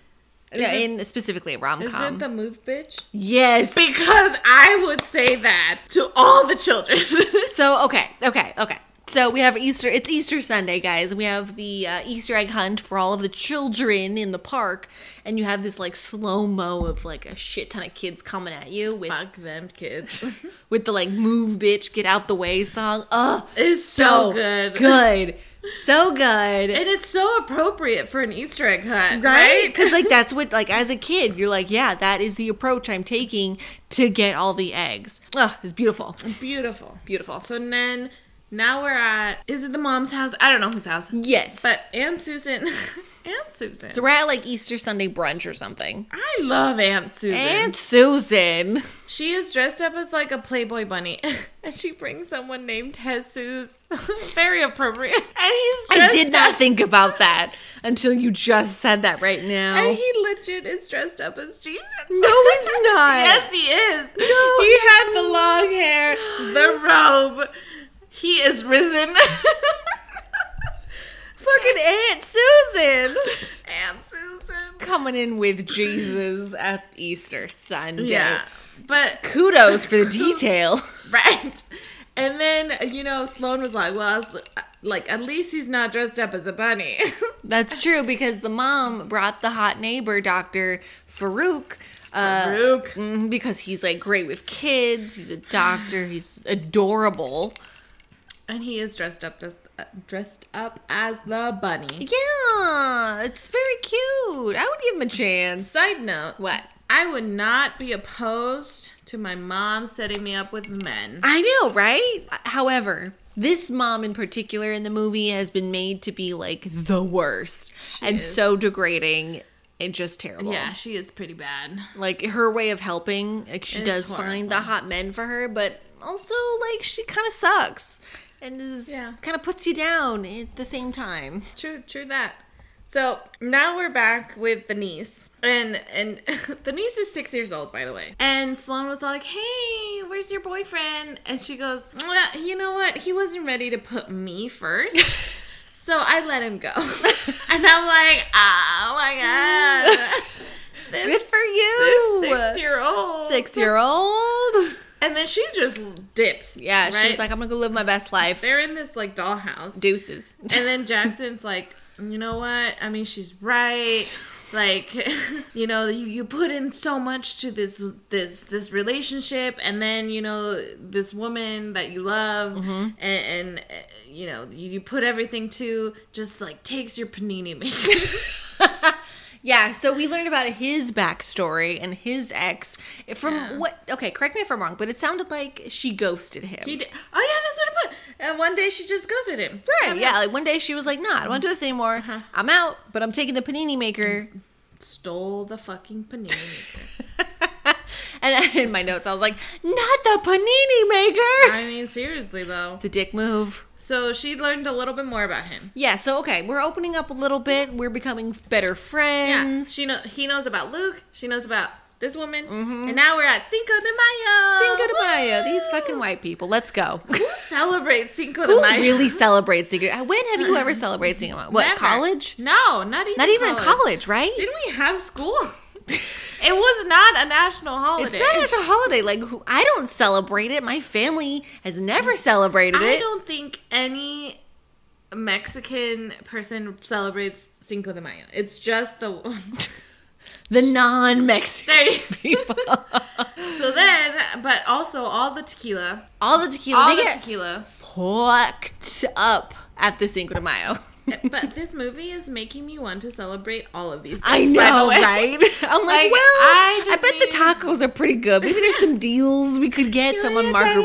No,
it-
in specifically a rom
is it
com.
the move, bitch?
yes.
Because I would say that to all the children. [LAUGHS]
So okay, okay, okay. So we have Easter. It's Easter Sunday, guys. We have the uh, Easter egg hunt for all of the children in the park, and you have this like slow mo of like a shit ton of kids coming at you with
Fuck them kids.
with the like "Move, bitch, get out the way" song. Ugh,
[LAUGHS]
Oh,
It's so, good.
good, so
[LAUGHS]
good.
And it's so appropriate for an Easter egg hunt,
right
right?
because like that's what like as a kid you're like yeah that is the approach i'm taking to get all the eggs Ugh, it's beautiful
Beautiful.
beautiful
So then now we're at is it the mom's house? I don't know whose house.
yes
But Aunt Susan [LAUGHS] Aunt Susan.
so we're at like easter sunday brunch or something
I love Aunt Susan.
and [LAUGHS] susan
she is dressed up as like a Playboy bunny [LAUGHS] and she brings someone named Jesus. [LAUGHS] Very appropriate. And he's
i
[LAUGHS] dressed
did not
up-
think about that until you just said that right now
And he legit is dressed up as Jesus.
[LAUGHS] no it's not
Yes, he is. he had the long hair, the robe. He is
[LAUGHS]
risen.
fucking aunt susan
Aunt Susan.
coming in with jesus at easter sunday
Yeah, but
kudos for the detail [LAUGHS]
right. And then you know Sloan was like, "Well, I was, like at least he's not dressed up as a bunny." [LAUGHS]
That's true because the mom brought the hot neighbor doctor Farouk. Uh,
Rook.
mm, Because he's like great with kids. He's a doctor. He's adorable.
and he is dressed up as uh, dressed up as the bunny.
Yeah, it's very cute. I would give him a chance.
Side note:
What?
I would not be opposed to my mom setting me up with men.
I know, right? However, this mom in particular in the movie has been made to be like the worst and
is.
so degrading and just terrible.
Yeah, she is pretty bad.
like her way of helping like she
It's
does find the
horrible.
hot men for her but also like she kind of sucks and is
Yeah.
kind of puts you down at the
[LAUGHS]
same time
True, true that. So now we're back with the niece, and and [LAUGHS] the niece is six years old, by the way. And Sloan was like, "Hey, where's your boyfriend?" And she goes, "Mwah, "You know what? He wasn't ready to put me
[LAUGHS]
first, so I let him go." [LAUGHS] and I'm like, "Oh my god,
[LAUGHS] good
this
for you
six year old,
year old
And then she just dips.
yeah she
right?
was like i'm gonna go live my best life
"They're in this like dollhouse."
deuces
And then Jackson's like, you know what? I mean, she's right. Like, [LAUGHS] you know, you, you put in so much to this this this relationship, and then you know this woman that you love, and, and uh, you know you, you put everything to just like takes your panini maker. [LAUGHS]
Yeah, so we learned about his backstory and his ex from what? Okay, correct me if I'm wrong, but it sounded like she ghosted him.
He did, oh yeah, that's what I put. And one day she just goes at him.
right? Yeah, like one day she was like, "No, I don't want to do this anymore.
Uh-huh.
I'm out, but I'm taking the panini
Mm-hmm.
maker."
Stole the fucking panini maker.
[LAUGHS] and in my notes, I was like, "Not the panini maker."
I mean, seriously though.
It's a dick move.
So she learned a little bit more about him.
Yeah. So okay, we're opening up a little bit. We're becoming better
Yeah,
friends.
she know he knows about Luke. She knows about this woman, and now we're at Cinco de Mayo.
Mm-hmm. Cinco de Mayo.
Woo!
These fucking white people. Let's go. [LAUGHS]
Who celebrates Cinco de
Who
Mayo?
really celebrates Cinco? When have you ever celebrated Cinco? de Mayo? What
Never.
college?
No, not even.
Not even in college, right? [LAUGHS]
Didn't we have school? [LAUGHS] it was not a national holiday.
It's not such a holiday. Like who- I don't celebrate it. My family has never celebrated
I
it.
don't think any Mexican person celebrates Cinco de Mayo. It's just
[LAUGHS]
the [LAUGHS]
The non-Mexican
there. you-
people,
So then, but also all the tequila,
all the tequila,
all
they
the
get
tequila.
fucked up at the Cinco de Mayo. [LAUGHS]
[LAUGHS] but this movie is making me want to celebrate all of these. Things,
I
by the
know,
way.
right? [LAUGHS] I'm like,
Like,
well,
I
I,
just
bet
need-
the tacos are pretty good. Maybe there's some deals we could get.
Can
Some
we
on
get tacos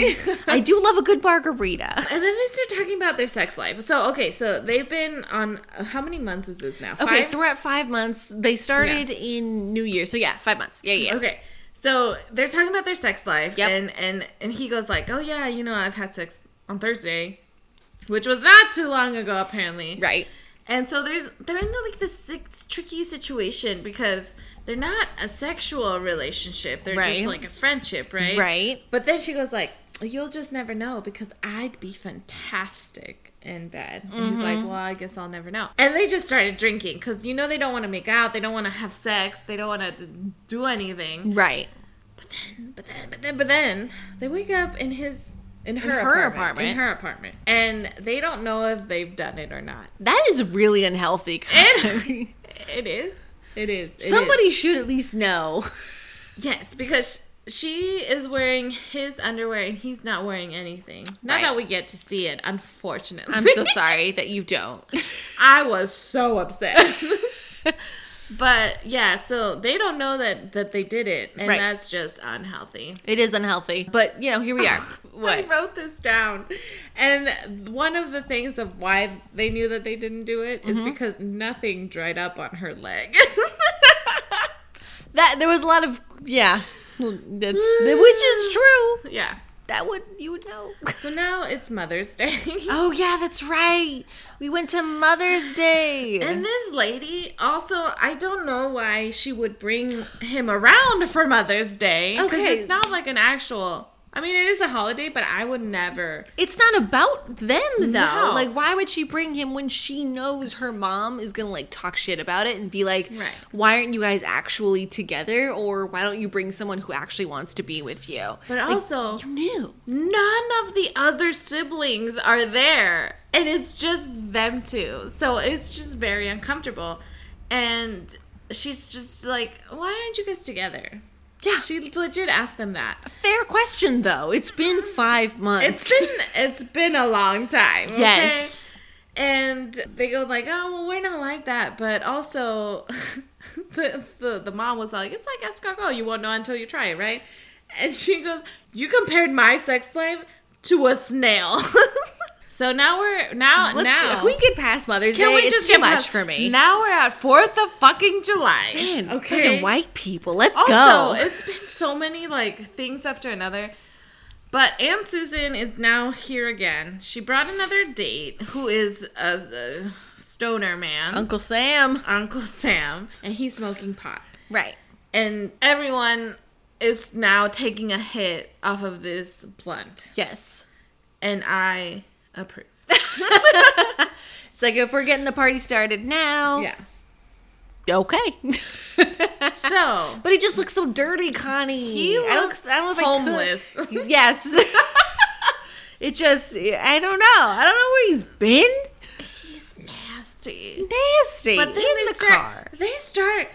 margaritas.
Tuesday?
I do love a good margarita.
[LAUGHS] And then they start talking about their sex life. So okay, so they've been on how many months is this now? Five.
Okay, so we're at five months. They started in New Year, so yeah, five months. Yeah, yeah.
okay. So they're talking about their sex life,
Yep.
and and and he goes like, "Oh yeah, you know, I've had sex on Thursday, which was not too long ago, apparently."
Right.
And so there's they're in the, like this six, tricky situation because they're not a sexual relationship; they're just
Right.
like a friendship, right?
Right.
But then she goes like, "You'll just never know because I'd be fantastic in bed." And he's
Mm-hmm.
like, "Well, I guess I'll never know." And they just started drinking because you know they don't want to make out, they don't want to have sex, they don't want to do anything.
Right.
But then, but then, but then, but then they wake up in his. In her,
her
apartment, In
apartment.
her apartment. And they don't know if they've done it or not.
That is really unhealthy. [LAUGHS]
It- It is. It is. It is.
Somebody should at least know.
Yes, because she is wearing his underwear and he's not wearing anything. Not
Right.
that we get to see it, unfortunately.
I'm [LAUGHS]
[LAUGHS]
so sorry that you [LAUGHS] don't.
I was so upset. [LAUGHS] but yeah, so they don't know that that they did it, and
Right.
that's just unhealthy.
it is unhealthy, but you know, here we [LAUGHS] are.
I wrote this down. And one of the things of why they knew that they didn't do it is because nothing dried up on her [LAUGHS] leg.
That there was a lot of yeah, well, that's that- which is true.
yeah.
That would you would know.
So now it's Mother's Day.
[LAUGHS] Oh yeah, that's right. We went to Mother's Day.
[LAUGHS] And this lady also, I don't know why she would bring him around for Mother's Day. 'cause
Okay.
it's not like an actual. I mean, it is a holiday, but I would never.
it's not about them though.
No.
Like why would she bring him when she knows her mom is going to like talk shit about it and be like,
Right.
"Why aren't you guys actually together or why don't you bring someone who actually wants to be with you?"
But
Like,
also,
you knew.
none of the other siblings are there, and it's just them two. So it's just very uncomfortable, and she's just like, "Why aren't you guys together?"
Yeah.
She legit asked them that.
Fair question, though. It's been five months.
It's been it's been a long time. okay?
Yes.
And they go like, oh well, we're not like that. But also, [LAUGHS] the, the the mom was like, it's like escargot. You won't know until you try it, right? And she goes, you compared my sex life to a snail. [LAUGHS] so now we're now
Let's-
now
if we get past Mother's Day, it's too
get
much
past-
for me.
Now we're at Fourth of fucking July.
Man, fucking white people, let's
Also,
go.
it's been so many like things after another. But Aunt Susan is now here again. She brought another date who is a, a stoner man,
Uncle Sam.
Uncle Sam, and he's smoking pot.
Right.
And everyone is now taking a hit off of this blunt.
Yes.
And I approve.
It's like if we're getting the party started now.
Yeah.
Okay. but
[LAUGHS] So,
he just looks so dirty, Connie.
He
I don't,
looks
I don't know if
homeless.
I could. [LAUGHS] Yes. [LAUGHS] it just, I don't know. I don't know where he's been.
He's nasty. [LAUGHS] nasty.
Nasty.
But then
in
they
the
start,
car.
they start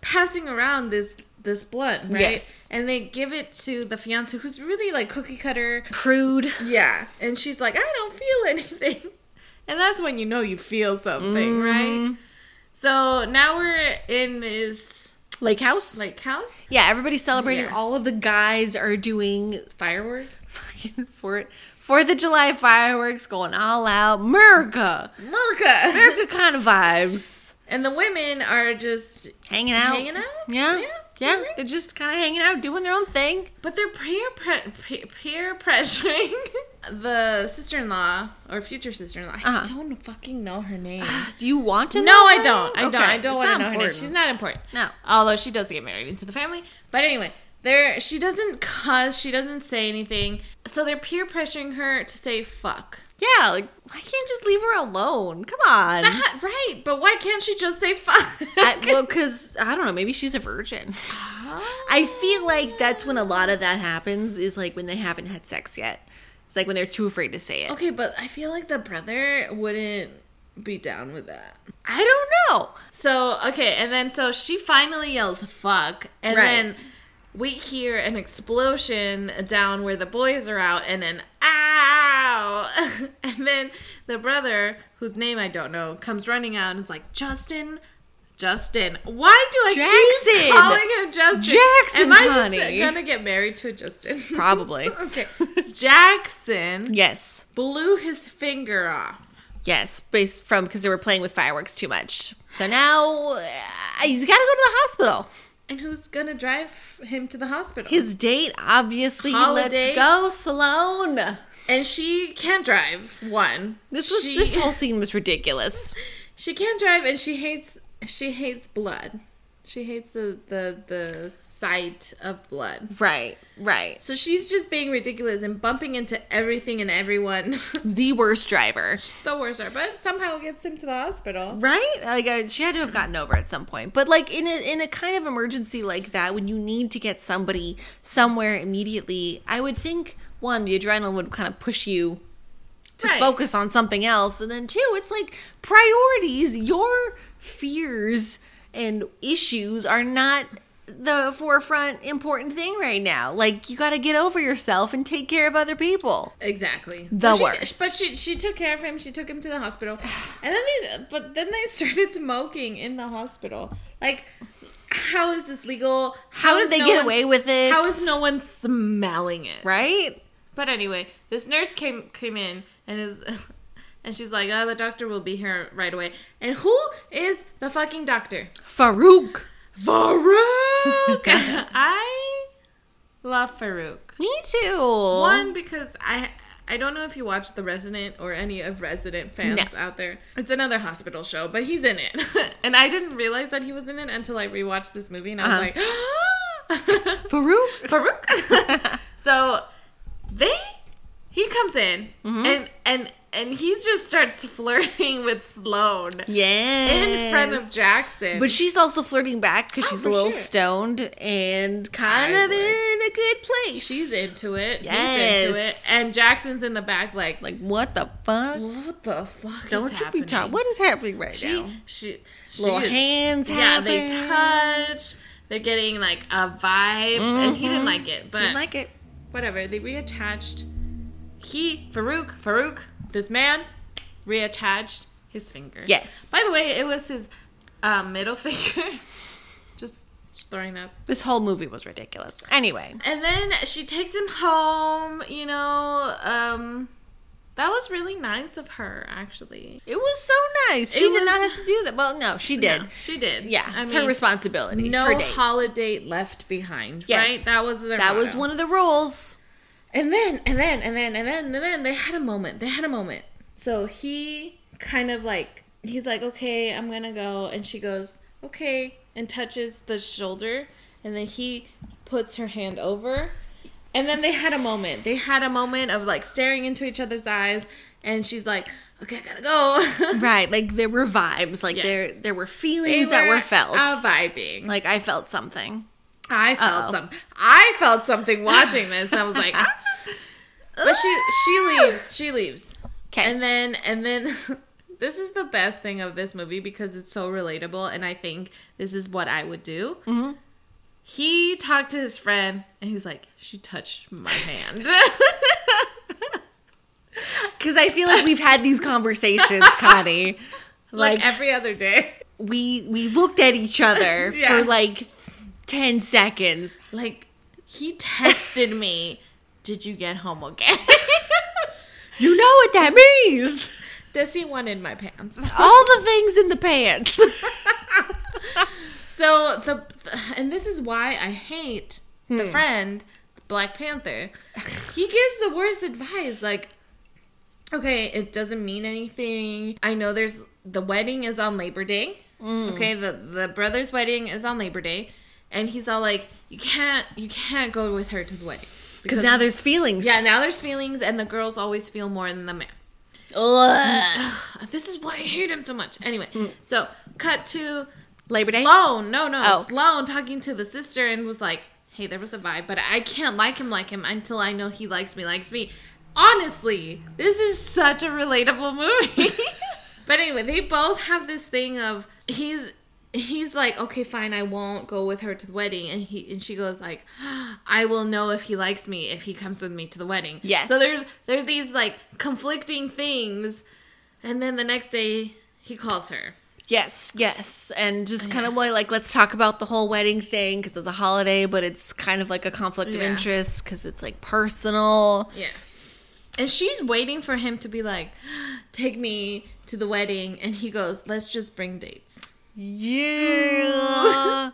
passing around this this blunt, right?
Yes.
And they give it to the fiance, who's really like cookie cutter.
Prude.
Yeah, and she's like, I don't feel anything, [LAUGHS] and that's when you know you feel something,
Mm-hmm.
right? So now we're in this
Lake House.
like house
yeah, everybody's celebrating.
Yeah.
All of the guys are doing
fireworks.
fucking for Fourth of July fireworks, going all out, America,
America. [LAUGHS]
America kind of vibes,
and the women are just
hanging out,
Hanging out?
yeah,
Yeah,
yeah,
alright.
they're just kind of hanging out, doing their own thing.
But they're peer pre- pe- peer pressuring [LAUGHS] the sister in law or future sister in law.
Uh-huh.
I don't fucking know her
[LAUGHS]
name.
Do you want to?
no,
know
I
her?
don't. I
Okay,
don't. I don't
it's
want to
not
know her name.
important.
She's not important.
No.
Although she does get married into the family. But anyway, there she doesn't cuss. She doesn't say anything. So they're peer pressuring her to say fuck.
Yeah, like why can't you just leave her alone? Come
[LAUGHS]
on.
Not right. But why can't she just say fuck?
I,
[LAUGHS]
well, because I don't know, maybe she's a virgin. I feel like that's when a lot of that happens is like when they haven't had sex yet. It's like when they're too afraid to say it.
okay, but I feel like the brother wouldn't be down with that.
I
[LAUGHS]
don't know.
So okay, and then so she finally yells "fuck," and
Right.
then we hear an explosion down where the boys are out, and an ow, [LAUGHS] and then the brother, whose name I don't know, comes running out and is like, "Justin." Justin, why do I keep
Jackson!
calling him Justin?
Jackson,
Am I
honey.
just gonna get married to a
[LAUGHS]
Justin?
Probably.
[LAUGHS] okay. Jackson
[LAUGHS] Yes.
blew his finger off.
Yes, based from because they were playing with fireworks too much. So now uh, he's got to go to the hospital.
And who's gonna drive him to the hospital?
His date, obviously,
Holidays.
let's go, Sloan.
and she can't drive. One.
This was
she,
this whole scene was ridiculous.
[LAUGHS] She can't drive, and she hates she hates blood. She hates the the the sight of blood.
[LAUGHS] Right, right.
So she's just being ridiculous and bumping into everything and everyone. [LAUGHS]
The worst driver.
the worst are, but somehow gets him to the hospital.
Right? Like I, she had to have gotten over at some point. But like in a in a kind of emergency like that, when you need to get somebody somewhere immediately, I would think one, the adrenaline would kind of push you to
Right.
focus on something else, and then two, it's like priorities. Your fears and issues are not the forefront important thing right now. Like you got to get over yourself and take care of other people.
Exactly.
The
she-
worst.
but she she took care of him. She took him to the hospital, [SIGHS] and then these. But then they started smoking in the hospital. Like, how is this legal?
How
is
did they
no
get
one-
away with it?
How is no one smelling it?
right?
But anyway, this nurse came came in and is [LAUGHS] and she's like, "Oh, the doctor will be here right away." And who is the fucking doctor?
Farouk.
Farouk. [LAUGHS] I love Farouk.
Me too.
One because I I don't know if you watch The Resident or any of Resident fans
No.
out there. It's another hospital show, but he's in it. [LAUGHS] and I didn't realize that he was in it until I rewatched this movie and I was like,
Uh-huh.
[GASPS]
Farouk.
[LAUGHS] Farouk. so they he comes in
Mm-hmm.
and and and he just starts [LAUGHS] flirting with Sloane
Yes.
in front of Jackson.
But she's also flirting back because
Oh,
she's
for
a little
sure.
stoned and kind
I
of
would.
in a good place.
she's into it. He's into it.
Yes.
And Jackson's in the back like,
Like, what the fuck?
what the fuck
Don't
is
you be talking.
happening?"
What is happening right now?
She she, she
little
is-
hands
Yeah, they
happen. Mm-hmm.
touch. They're getting like a vibe, and he didn't like it. But
Didn't like it.
whatever. They reattached. He, Farouk, Farouk, this man, reattached his finger.
Yes.
By the way, it was his uh, middle [LAUGHS] finger. just, just throwing up.
This whole movie was ridiculous. Anyway.
And then she takes him home, you know. Um, that was really nice of her, actually.
It was so nice. She
It
did not
was-
have to do that. Well, no, she did.
No, she did.
Yeah,
I
it's
mean,
her responsibility.
No
her date.
holiday left behind,
Yes.
right? That was their
That was
motto.
one of the rules.
And then, and then, and then, and then, and then they had a moment. They had a moment. So he kind of like, he's like, okay, I'm gonna go. And she goes, okay, and touches the shoulder. And then he puts her hand over. And then they had a moment. They had a moment of like staring into each other's eyes. And she's like, okay, I gotta go.
Right. Like there were vibes. Like
Yes.
there there were
[LAUGHS] They
feelings that were felt.
uh, vibing.
Like I felt something.
I felt
Uh-oh.
some. I felt something watching this. I was like,
[LAUGHS]
"Ah." but she she leaves. She leaves.
'Kay.
And then [LAUGHS] and then This is the best thing of this movie because it's so relatable, and I think this is what I would do. He talked to his friend, and he's like, "She touched my hand." [LAUGHS]
Because I feel like we've had these [LAUGHS] conversations, Connie.
like
Like,
every other day. [LAUGHS]
we we looked at each other
Yeah.
for like ten seconds.
Like he texted me, "Did you get home okay?" [LAUGHS]
You know what that means?
Desi wanted my pants.
All the things in the pants. [LAUGHS]
So the and this is why I hate the friend Black Panther. He gives the worst advice like okay, it doesn't mean anything. I know there's the wedding is on Labor Day. Okay, the the brother's wedding is on Labor Day and he's all like you can't you can't go with her to the wedding.
Because now there's feelings.
yeah, now there's feelings and the girls always feel more than the man.
Ugh.
[SIGHS] This is why I hate him so much. Anyway, so cut to
Hmm. Labor Day.
Sloan, no, no,
Oh.
Sloan talking to the sister and was like, "Hey, there was a vibe, but I can't like him like him until I know he likes me, likes me." Honestly, this is such a relatable movie. [LAUGHS] but anyway, they both have this thing of he's he's like, "Okay, fine, I won't go with her to the wedding," and he and she goes like, [GASPS] "I will know if he likes me if he comes with me to the wedding."
Yes.
So there's there's these like conflicting things, and then the next day he calls her.
Yes, yes, and just kind of like let's talk about the whole wedding thing because it's a holiday, but it's kind of like a conflict of
Yeah.
interest because it's like personal.
Yes. And she's waiting for him to be like, [GASPS] take me to the wedding. And he goes, let's just bring dates.
Yeah.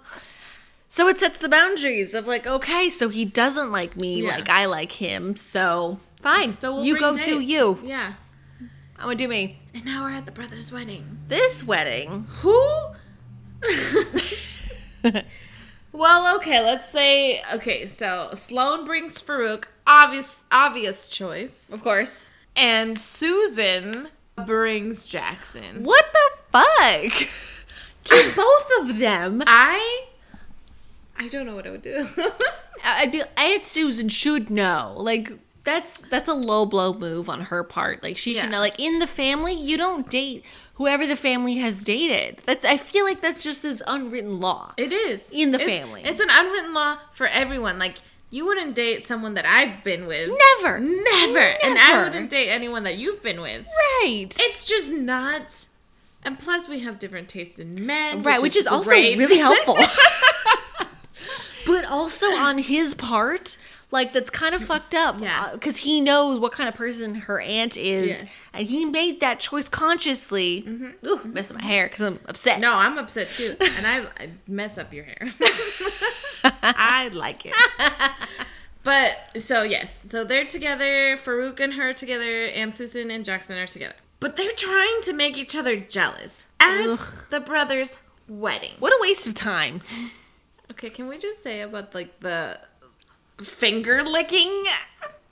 so it sets the boundaries of like, okay, so he doesn't like me
Yeah.
like I like him, so fine.
So
So
we'll
you
bring
go
dates.
do you.
Yeah.
I'm gonna do me.
And now we're at the brother's wedding.
This wedding. [LAUGHS]
Who? well, okay, let's say, okay, so Sloan brings Farouk, obvious, obvious choice.
Of course.
And Susan brings Jackson.
What the
[LAUGHS]
fuck? To both of them.
I, I don't know what I would do. [LAUGHS]
I- I'd be I Susan should know. Like that's that's a low blow move on her part. Like she
Yeah.
should know. Like in the family, you don't date whoever the family has dated. That's I feel like that's just this unwritten law.
It is
In the
It's-
family.
It's an unwritten law for everyone. Like you wouldn't date someone that I've been with.
Never.
never, and I
Never.
wouldn't date anyone that you've been with.
Right.
It's just not. And plus, we have different tastes in men,
right, which, is, also
great.
really helpful. [LAUGHS] but also on his part, like that's kind of fucked up.
Yeah.
Because he knows what kind of person her aunt is.
Yes. Mm-hmm.
And he made that choice consciously. Ooh, messing my hair because I'm upset.
[LAUGHS]
[LAUGHS]
no, [LAUGHS] I'm upset too, and I, I mess up your hair. I like it. [LAUGHS] But so yes, so they're together. Farouk and her together, and Susan and Jackson are together. But they're trying to make each other jealous at
Ugh.
the brothers' wedding.
What a waste of time.
Okay, can we just say about like the finger licking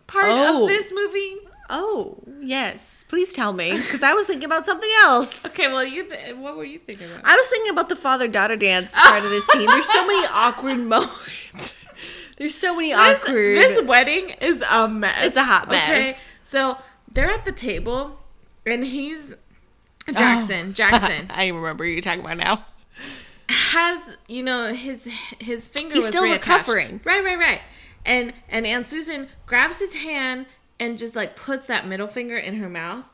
part
Oh.
of this movie?
Oh, yes. Please tell me because I was thinking about something else.
Okay, well, you th- what were you thinking about?
I was thinking about the father daughter dance part of this scene. There's
[LAUGHS]
so many awkward moments. There's so many
This,
awkward. Oh.
this wedding is a mess.
It's a hot
Okay,
mess.
so they're at the table, and he's Oh. Jackson. [LAUGHS] Jackson
[LAUGHS] I remember you talking about now.
has you know his his finger.
He's
was
still
reattached.
recovering.
Right, right, right. And and Aunt Susan grabs his hand and just like puts that middle finger in her mouth,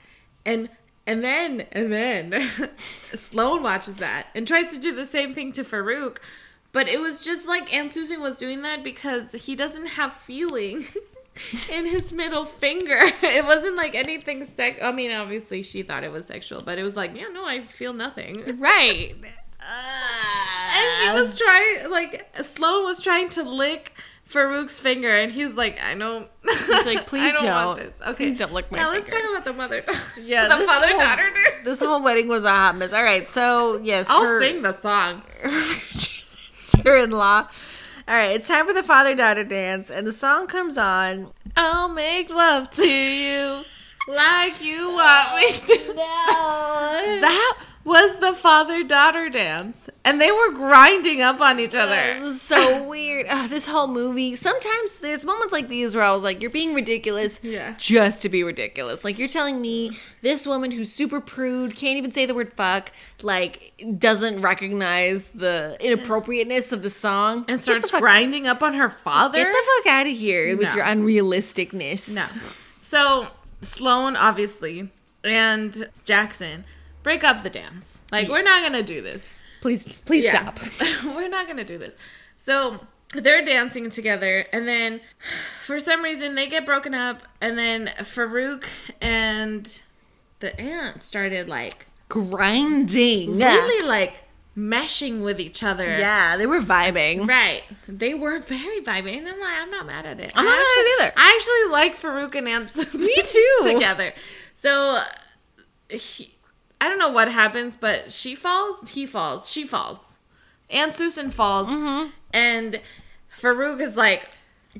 and and then and then [LAUGHS] Sloan watches that and tries to do the same thing to Farouk. But it was just like Aunt Susan was doing that because he doesn't have feeling [LAUGHS] in his middle finger. [LAUGHS] It wasn't like anything sex. I mean, obviously she thought it was sexual, but it was like, yeah, no, I feel nothing.
Right.
And she was trying, like, Sloan was trying to lick Farouk's finger, and he's like, [LAUGHS] I don't. He's
like, "Please don't. Please don't lick my
now let's
finger."
talk about the mother. [LAUGHS]
Yeah,
the
this
father
whole-
daughter.
This whole wedding was a hot mess. All right, so yes,
I'll
her- [LAUGHS]
sing the song.
sister-in-law. All right, it's time for the father-daughter dance, and the song comes on.
I'll make love [LAUGHS] to you like you want me to.
[LAUGHS] No.
That was the father daughter dance, and they were grinding up on each
This
other.
is so weird. Ugh, this whole movie. Sometimes there's moments like these where I was like, "You're being ridiculous,
Yeah.
just to be ridiculous." Like you're telling me this woman who's super prude, can't even say the word fuck, like doesn't recognize the inappropriateness of the song,
And
Get the
starts
fuck-
grinding up on her father.
Get the fuck out of here with
No.
your unrealisticness.
No. So Sloan, obviously, and Jackson break up the dance. Like, we're not going to do this.
please, please
Yeah.
stop.
[LAUGHS] we're not going to do this. So they're dancing together, and then for some reason they get broken up, and then Farouk and the aunt started like
Grinding.
really like meshing with each other.
Yeah, they were vibing.
Right. They were [LAUGHS] very vibing. And I'm like, I'm not mad at it.
I'm not
I
mad at it either.
I actually like Farouk and Anthony.
Me too.
[LAUGHS] together. So uh, he, I don't know what happens, but she falls, he falls, she falls. And Susan falls.
Mm-hmm.
And Farouk is like,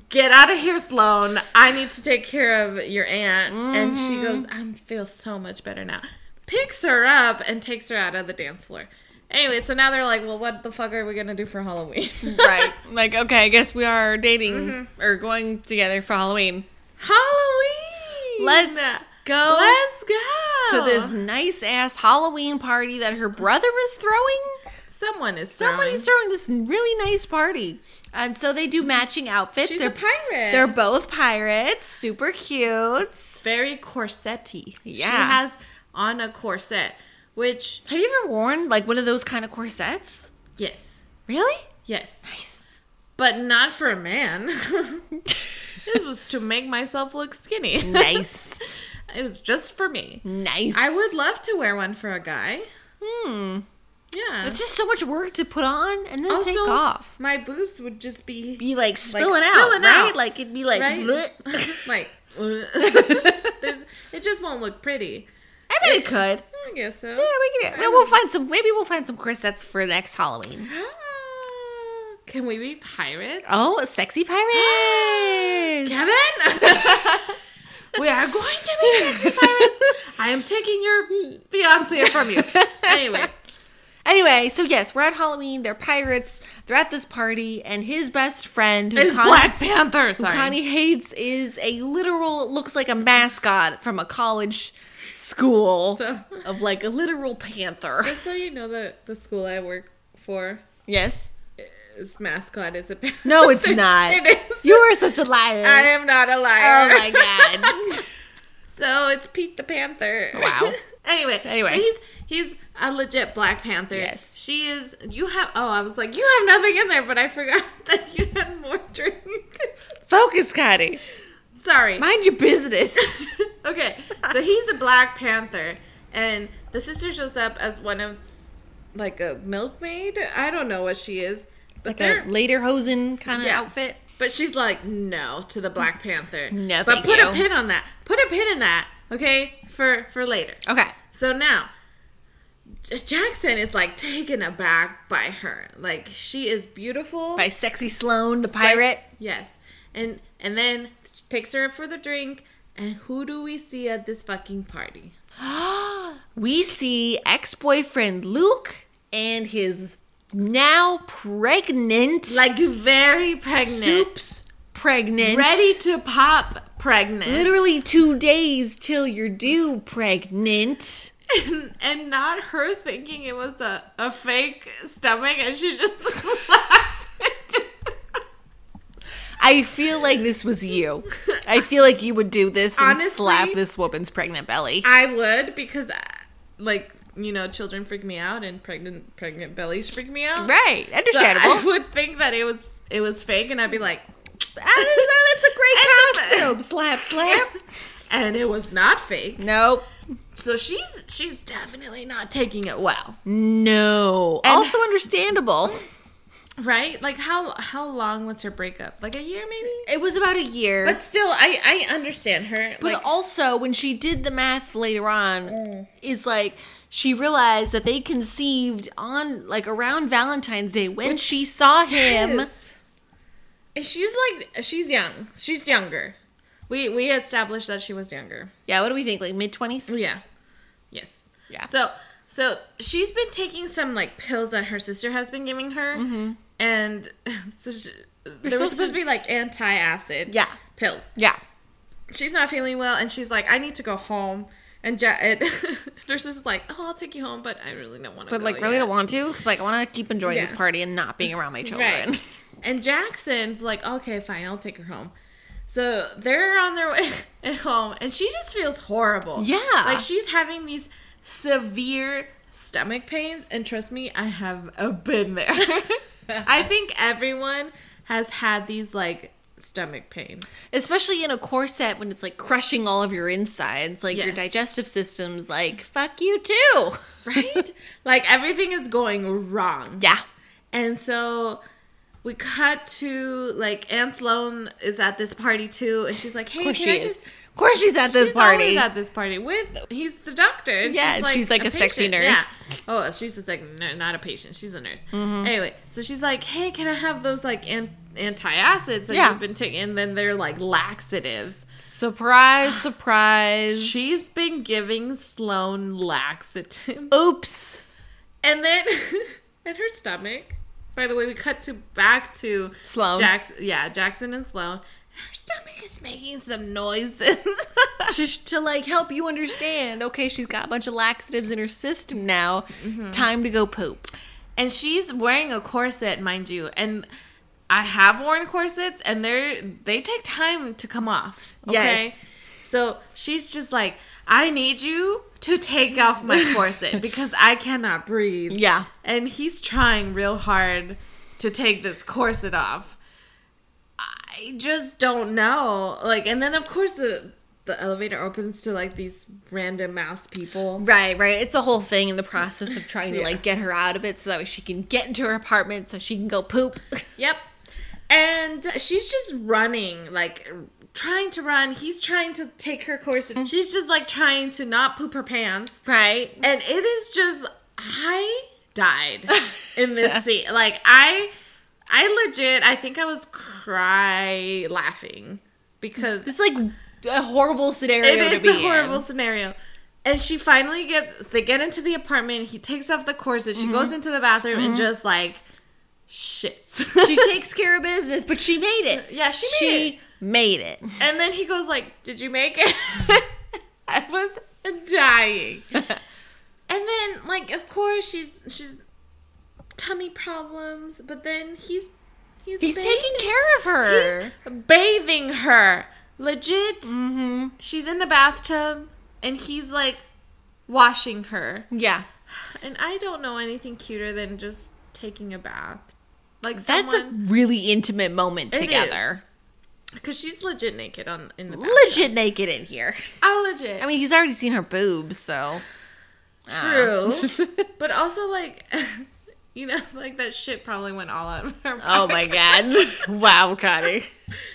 Get out of here, Sloan. I need to take care of your aunt. And she
Mm-hmm.
goes, I feel so much better now. Picks her up and takes her out of the dance floor. Anyway, so now they're like, Well, what the fuck are we going to do for Halloween?
[LAUGHS] right. Like, okay, I guess we are dating or going together for Halloween.
[LAUGHS] Halloween!
Let's go
Let's go!
to this nice ass Halloween party that her brother is throwing.
Someone is
Somebody's
throwing.
throwing this really nice party. And so they do matching outfits.
She's
they're,
a pirate.
They're both pirates. Super cute.
very corsetty. She
Yeah.
has on a corset, which
Have you ever worn like one of those kind of corsets?
yes,
Really?
yes, [LAUGHS]
Nice.
but not for a man. [LAUGHS] this was to make myself look skinny.
Nice.
[LAUGHS] it was just for me.
nice.
I would love to wear one for a guy.
Hmm.
Yeah.
It's just so much work to put on and then
Also,
take off.
My boobs would just be
Be like spilling out,
spilling
right?
out.
Like it'd be like.
right? [LAUGHS]
bleh.
like uh, there's it just won't look pretty.
[LAUGHS] I bet it could.
I guess so.
Yeah, we can. We'll, we'll find some. Maybe we'll find some corsets for next Halloween.
Ah, Can we be pirates?
Oh, a sexy pirate!
[GASPS] Kevin? [LAUGHS] we are going to be sexy pirates. I am taking your fiance from you. [LAUGHS] Anyway,
anyway, so yes, we're at Halloween. They're pirates. They're at this party, and his best friend, who
it's
Connie,
Black Panther. Sorry.
Connie hates, is a literal looks like a mascot from a college school
So-
of like a literal panther.
[LAUGHS] Just so you know, the, the school I work for,
Yes.
its mascot is a [LAUGHS] panther.
No, it's not.
it is.
You are such a liar.
I am not a liar.
oh my god.
[LAUGHS] So it's Pete the Panther.
Wow.
[LAUGHS] anyway,
Anyway.
so he's he's a legit Black Panther.
Yes.
she is. You have. Oh, I was like, you have nothing in there, but I forgot [LAUGHS] that you had more drink. [LAUGHS]
Focus, Connie.
Sorry.
Mind your business.
[LAUGHS] okay, so he's a Black Panther, and the sister shows up as one of like a milkmaid. I don't know what she is, but
like
they're
a later hosen kind of
Yeah.
outfit.
But she's like, no to the Black Panther.
[LAUGHS] No,
but
thank
put
you.
a pin on that. Put a pin in that. Okay, for for later.
Okay.
So now, J- Jackson is like taken aback by her. Like she is beautiful.
By sexy Sloan, the pirate.
yes, and and then takes her for the drink. And who do we see at this fucking party?
[GASPS] we see ex-boyfriend Luke and his now pregnant
Like very pregnant,
soups pregnant.
ready to pop, pregnant,
Literally two days till you're due pregnant.
and, [LAUGHS] and not her thinking it was a, a fake stomach, and she just [LAUGHS] slaps it.
I feel like this was you. I feel like you would do this and
Honestly-
slap this woman's pregnant belly.
I would because, I, like you know, children freak me out, and pregnant pregnant bellies freak me out.
right.
So I
Understandable. [LAUGHS]
would think that it was it was fake, and I'd be like,
Ah, that's [LAUGHS] a
It's
great costume. Slap, slap.
[LAUGHS] and it was not fake.
[LAUGHS] Nope.
So she's she's definitely not taking it well,
No. also understandable.
right? Like how how long was her breakup? Like a year, maybe.
It was about a year.
But still, I I understand her.
But
like, Mm.
also, when she did the math later on, is like she realized that they conceived on like around Valentine's Day when she saw him.
Yes. And she's like she's young. She's younger. We we established that she was younger.
Yeah, what do we think? Like mid twenties?
Yeah. Yes.
Yeah.
So so So she's been taking some like pills that her sister has been giving her, and [LAUGHS] so she, they were
supposed
supposed to be like anti-acid
Yeah.
pills.
Yeah.
She's not feeling well, and she's like, I need to go home. And ja- and [LAUGHS] nurse is like, oh, I'll take you home, but I really don't want to.
But like really
yet.
don't want to because like I want to keep enjoying this
Oh, Yeah.
party and not being around my children. [LAUGHS]
Right. And Jackson's like, okay, fine, I'll take her home. So they're on their way [LAUGHS] at home, and she just feels horrible.
Yeah.
Like she's having these severe stomach pains, and trust me, I have uh, been there. [LAUGHS] I think everyone has had these like stomach pains.
Especially in a corset when it's like crushing all of your insides, like your
Yes.
digestive system's like fuck you too.
Right? [LAUGHS] like everything is going wrong.
[LAUGHS] Yeah.
And so we cut to like Anne Sloan is at this party too, and she's like, Hey,
Of course
can
she
I
is.
just
Of course she's at this
she's
party.
always at this party with he's the doctor. and
Yeah, she's like a sexy
patient.
nurse. Mm-hmm.
Yeah. Oh, she's a sec- no, not a patient. She's a nurse. Anyway, so she's like, "Hey, can I have those like an- antacids that
Yeah.
you've been taking?" And then they're like laxatives.
Surprise, surprise.
She's been giving Sloan laxatives,
oops.
and then [LAUGHS] and her stomach. By the way, we cut to back to
Sloan.
Jackson, yeah, Jackson and Sloan. Her stomach is making some noises.
[LAUGHS]
[LAUGHS]
to, to like help you understand, okay, she's got a bunch of laxatives in her system now. Time to go poop.
and she's wearing a corset, mind you, and I have worn corsets, and they're they take time to come off. Okay?
Yes.
So she's just like, I need you to take off my
[LAUGHS]
corset because I cannot breathe.
Yeah.
And he's trying real hard to take this corset off. I just don't know. Like, and then of course the the elevator opens to like these random mouse people.
Right, right. It's a whole thing in the process of trying to
Yeah.
like get her out of it so that way she can get into her apartment so she can go poop.
Yep. And she's just running, like trying to run. He's trying to take her course.
Mm-hmm.
And she's just like trying to not poop her pants.
[LAUGHS] right?
And it is just I
[LAUGHS]
died in this scene. Like I I legit I think I was cry laughing because
It's like a horrible scenario
it
to
is
be
a horrible
in.
scenario. And she finally gets they get into the apartment, he takes off the corset,
Mm-hmm.
she goes into the bathroom and just like shits.
She takes care of business, but she made it.
[LAUGHS] Yeah, she made it.
She made it.
And then he goes like, "Did you make it?" [LAUGHS] I was
[LAUGHS]
dying. and then like, of course, she's she's tummy problems, but then he's he's
He's
ba-
taking care of her. Mm.
he's bathing her. Legit.
Mm-hmm.
She's in the bathtub and he's like washing her.
yeah.
And I don't know anything cuter than just taking a bath. Like
That's
someone,
a really intimate moment
It
together.
because she's legit naked on in the bath.
Legit naked in here.
i legit.
I mean, he's already seen her boobs, so.
True.
Ah.
But also, like, [LAUGHS] you know, like that shit probably went all out of her.
oh
back. [LAUGHS]
my god. Wow, Connie.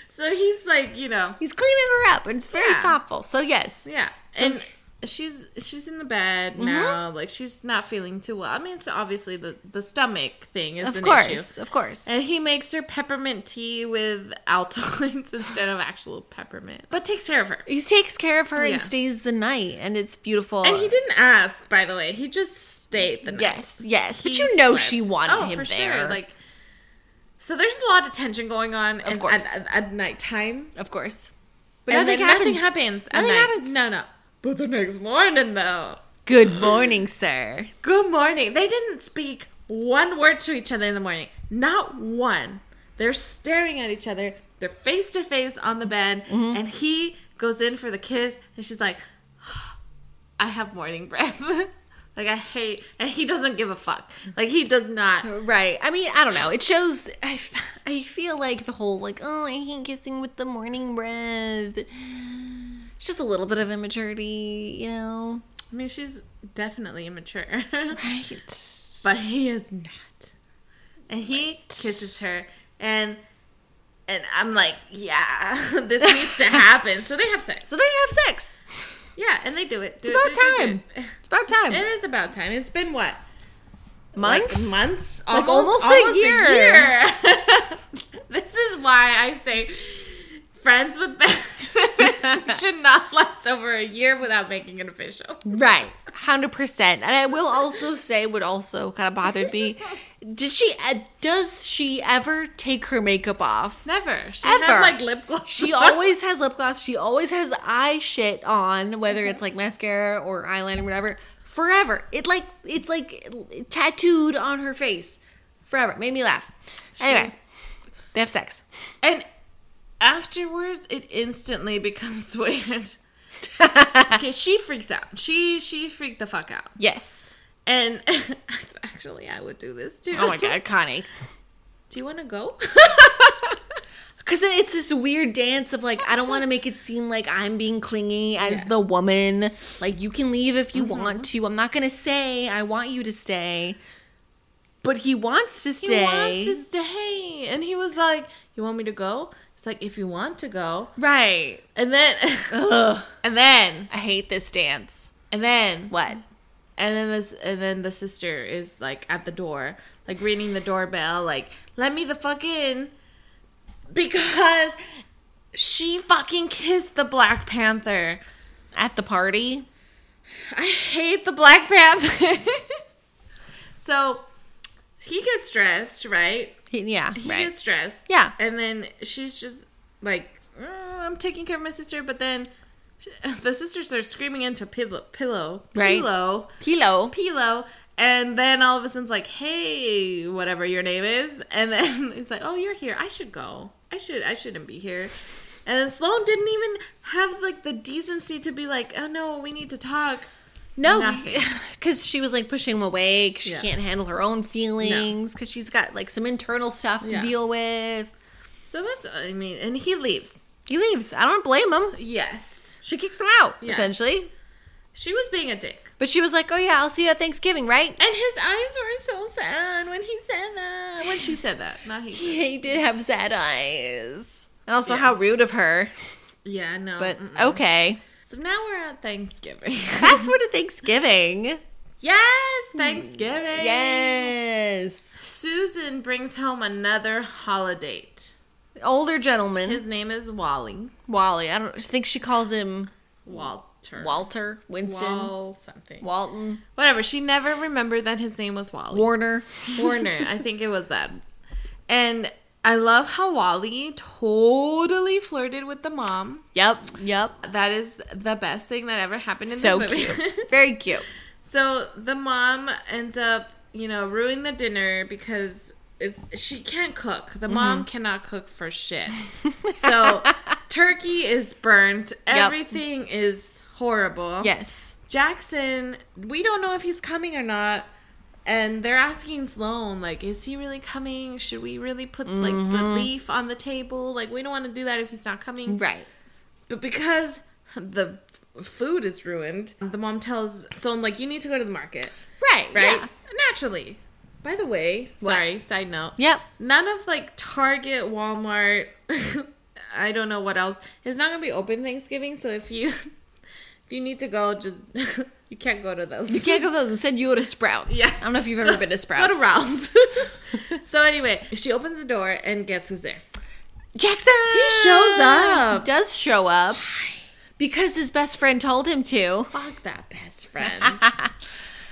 So he's like, you know,
He's cleaning her up and it's very
Yeah.
thoughtful. So, yes.
yeah, and she's she's in the bed
Mm-hmm.
now. Like she's not feeling too well. I mean, it's obviously the the stomach thing is
Of
an
course.
issue.
Of course.
And he makes her peppermint tea with alkaloids [LAUGHS] instead of actual peppermint, but takes care of her.
he takes care of her
Yeah.
and stays the night, and it's beautiful.
And he didn't ask, by the way. He just stayed the night.
Yes, yes. But
He
you know
slept.
she wanted
Oh,
him
for sure.
there.
Like, so there's a lot of tension going on, and-
course.
at, at, at nighttime.
of course. But
and
nothing
then
happens.
Nothing happens. at
Nothing
night.
happens.
No, no. But the next morning, though.
Good morning, sir.
Good morning. They didn't speak one word to each other in the morning. Not one. They're staring at each other. They're face to face on the bed,
Mm-hmm.
and he goes in for the kiss, and she's like, "I have morning breath." [LAUGHS] like I hate, and he doesn't give a fuck. Like he does not.
Right. I mean, I don't know. It shows. I, f- I feel like the whole like, oh, I hate kissing with the morning breath. It's just a little bit of immaturity, you know.
I mean, she's definitely immature, [LAUGHS]
Right.
but he is not. And he kisses her, and and I'm like, yeah, [LAUGHS] this needs to happen. So they have sex.
So they have sex.
Yeah, and they do it. Do
It's
it,
about
do it, do it,
time.
do it.
It's about
[LAUGHS]
time.
It is about time. It's been what
Months.
Eh, Like months,
Like,
almost,
almost a
almost
year. [LAUGHS]
year. [LAUGHS] this is why I say friends [LAUGHS] with benefits should not last over a year without making it official.
Right. hundred percent. And I will also say, what also kind of bothered me, did she? Uh, does she ever take her makeup off?
Never. She
Ever.
has like lip gloss.
She always has lip gloss. She always has eye shit on, whether it's like mascara or eyeliner, whatever. Forever. It like it's like tattooed on her face. Forever. Made me laugh. Anyway,
She's-
they have sex.
and afterwards, it instantly becomes [LAUGHS]
[LAUGHS]
weird. okay, she freaks out. She she freaked the fuck out.
Yes.
And [LAUGHS] actually, I would do this too.
Oh my god, [LAUGHS] Connie.
[LAUGHS] Do you want to go? [LAUGHS]
Because it's this weird dance of like, I don't want to make it seem like I'm being clingy as
Yeah.
the woman. Like, you can leave if you want to. I'm not going to say I want you to stay. But he wants to
he
stay.
wants to stay, and he was like, "You want me to go?" It's like if you want to go,
Right.
and then, [LAUGHS]
Ugh.
and then,
I hate this dance.
and then,
What?
and then this, and then the sister is like at the door, like ringing the doorbell, like "Let me the fuck in," because she fucking kissed the Black Panther.
At the party?
I hate the Black Panther. [LAUGHS] so he gets dressed, right?
He- yeah.
He
right.
gets dressed.
Yeah.
And then she's just like, "Mm, I'm taking care of my sister. But then she, [LAUGHS] the sisters are screaming into pillow, pillow,
Right.
pillow,
Pillow.
pillow. And then all of a sudden's like, hey, whatever your name is. And then [LAUGHS] it's like, oh, you're here. I should go. I should. I shouldn't be here. And then Sloan didn't even have like the decency to be like, oh no, we need to talk.
No, [LAUGHS]
Nothing.
because she was like pushing him away 'cause she
Yeah.
can't handle her own feelings because she's got like some internal stuff to
Yeah.
deal with.
So that's, I mean, and he leaves.
He leaves. I don't blame him.
Yes.
She kicks him out,
Yeah.
essentially.
She was being a dick.
But she was like, oh, yeah, I'll see you at Thanksgiving, right? [LAUGHS]
And his eyes were so sad when he said that. When she said that, not he.
He did have sad eyes. And also,
Yeah. Uh-uh.
how rude of her.
Yeah, no.
But
mm-mm. [LAUGHS]
okay.
so now we're at Thanksgiving.
Fast forward to Thanksgiving.
yes, Thanksgiving.
Yes.
Susan brings home another holiday.
Older gentleman,
His name is Wally.
Wally. I don't I think she calls him
Walter.
Walter, Winston,
Wall something.
Walton,
Whatever. She never remembered that his name was Wally.
Warner. [LAUGHS]
Warner. I think it was that. And I love how Wally totally flirted with the mom.
yep, yep.
That is the best thing that ever happened in
So
this movie. [LAUGHS]
cute. Very cute.
So the mom ends up, you know, ruining the dinner because it, she can't cook. The mom cannot cook for shit. so turkey is burnt. Everything is horrible.
Yes.
Jackson, we don't know if he's coming or not. And they're asking Sloan, like, is he really coming? Should we really put, like, the leaf on the table? Like, we don't want to do that if he's not coming.
Right.
But because the f- food is ruined, the mom tells Sloan, like, you need to go to the market,
Right.
right?
Yeah.
Naturally. By the way,
What?
sorry, side note.
Yep.
None of, like, Target, Walmart, [LAUGHS] I don't know what else, is not going to be open Thanksgiving. So if you. [LAUGHS] If you need to go, just [LAUGHS] you can't go to those.
You can't go to those. Instead, you go to Sprouts.
Yeah.
I don't know if you've ever been to
[LAUGHS]
Sprouts.
go to
[LAUGHS]
Ralph's. so anyway, she opens the door and guess who's there?
Jackson.
He shows up.
He does show up because his best friend told him to.
Fuck that best
[LAUGHS]
friend. Fuck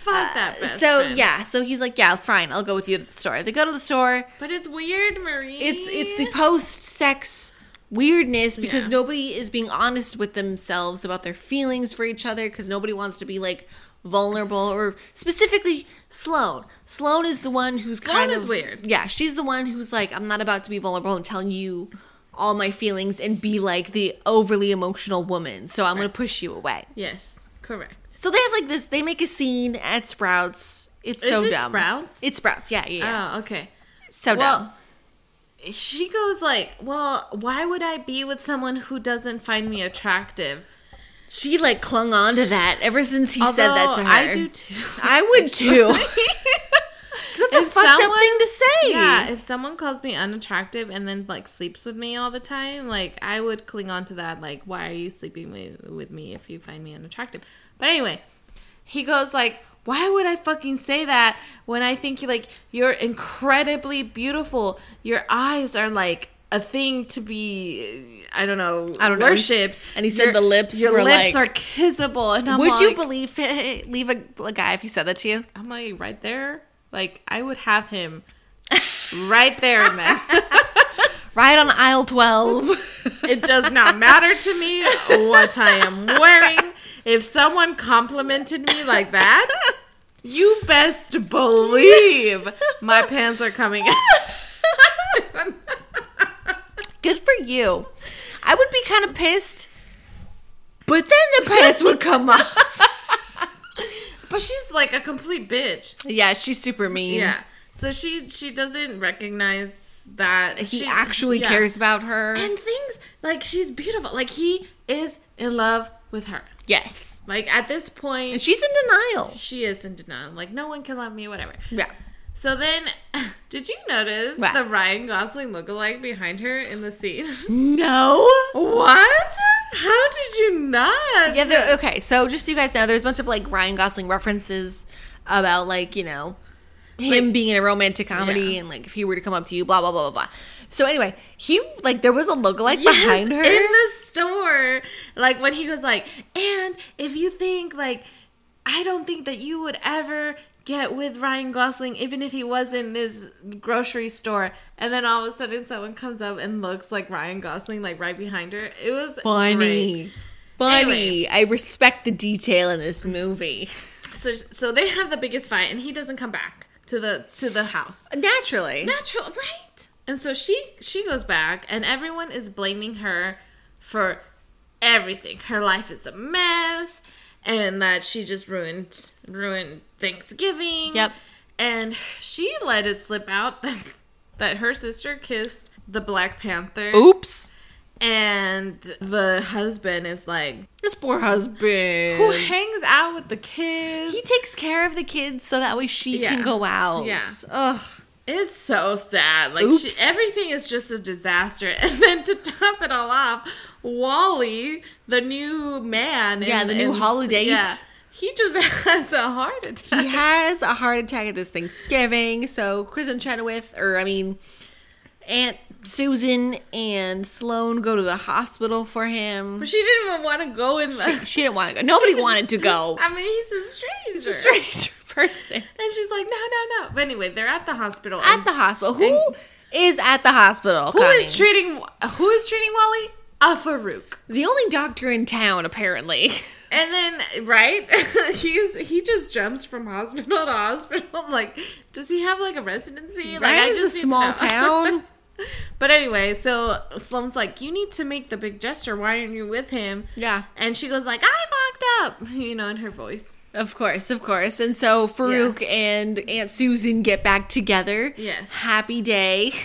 that best
Uh, so
friend.
yeah, so he's like, yeah, fine, I'll go with you to the store. They go to the store.
But it's weird, Marie.
It's it's the post sex weirdness because
Yeah.
nobody is being honest with themselves about their feelings for each other because nobody wants to be like vulnerable or specifically Sloan. Sloan is the one who's
Sloan
kind
is
of
weird.
Yeah, she's the one who's like, I'm not about to be vulnerable and tell you all my feelings and be like the overly emotional woman. So I'm gonna push you away.
Yes, correct.
So they have like this. They make a scene at Sprouts. It's
Is
so
it
dumb.
Sprouts?
It's Sprouts. Yeah, yeah. yeah.
Oh, okay.
so dumb.
Well, she goes like, "Well, why would I be with someone who doesn't find me attractive?"
She like clung on to that ever since he said that to
Although
her.
I do too.
I would
[LAUGHS]
too. 'Cause that's a
If
fucked up
someone-
thing to say.
Yeah, if someone calls me unattractive and then like sleeps with me all the time, like I would cling on to that. Like, why are you sleeping with, with me if you find me unattractive? But anyway, he goes like, why would I fucking say that when I think you like you're incredibly beautiful? Your eyes are like a thing to be, I don't know,
I don't know.
worshipped.
And he said
Your-
the lips
Your
were
lips
like-
are kissable. And I'm
Would you
like-
believe it, leave a, a guy if he said that to you?
I'm like right there. Like I would have him [LAUGHS] right there, man.
[LAUGHS] Right on aisle twelve.
[LAUGHS] It does not matter to me what I am wearing. If someone complimented me like that, you best believe my pants are coming out.
[LAUGHS] Good for you. I would be kind of pissed, but then the pants would come off.
but she's like a complete bitch.
[LAUGHS] Yeah, she's super mean.
Yeah. So she she doesn't recognize that
He
she-
actually
yeah.
cares about her.
And things like she's beautiful. Like he is in love with her.
yes.
Like at this point,
And she's in denial.
she is in denial. Like no one can love me, whatever.
Yeah.
So then, [LAUGHS] did you notice
What?
the Ryan Gosling lookalike behind her in the scene? [LAUGHS]
No.
what? How did you not?
Yeah, there- okay, so just so you guys know, there's a bunch of like Ryan Gosling references about like, you know, him being in a romantic comedy
Yeah.
and like if he were to come up to you, blah, blah, blah, blah, blah. So anyway, he like there was a lookalike
Yes,
behind her.
in the store, like when he was like, and if you think like, I don't think that you would ever get with Ryan Gosling, even if he was in this grocery store, and then all of a sudden someone comes up and looks like Ryan Gosling, like right behind her. It was great.
Funny. Funny.
Anyway.
I respect the detail in this movie.
So so they have the biggest fight, and he doesn't come back to the to the house.
Naturally.
Natural, right? And so she she goes back, and everyone is blaming her for everything. Her life is a mess, and that she just ruined ruined Thanksgiving.
Yep.
And she let it slip out [LAUGHS] that, that her sister kissed the Black Panther,
Oops.
and the husband is like,
This poor husband.
who hangs out with the kids?
He takes care of the kids so that way she
Yeah.
can go out.
Yeah.
Ugh.
It's so sad. Like she,
Oops.
everything is just a disaster. [LAUGHS] And then to top it all off, Wally, the new man,
Yeah, the new holiday.
he just [LAUGHS] has a heart attack.
[LAUGHS] He has a heart attack at this Thanksgiving. So Kristen Chenoweth, or I mean, Aunt Susan and Sloan go to the hospital for him.
But she didn't even want to go in the.
She didn't want to go. Nobody wanted to go.
I mean, he's a stranger.
It's a [LAUGHS] strange person
And she's like, no, no, no. But anyway, they're at the hospital.
at
and
the hospital. Who is at the hospital?
who is
Connie?
treating? Who is treating Wally? A Farouk.
the only doctor in town? Apparently, [LAUGHS]
And then, right? [LAUGHS] He's he just jumps from hospital to hospital. I'm like, does he have like a residency? Like,
right? It's a
need to
small
[LAUGHS] know.
town.
but anyway, so Sloan's like, you need to make the big gesture. Why aren't you with him?
Yeah.
And she goes like, I fucked up, [LAUGHS] you know, in her voice.
Of course, of course. And so Farouk and Aunt Susan get back together.
Yes.
Happy day. [LAUGHS]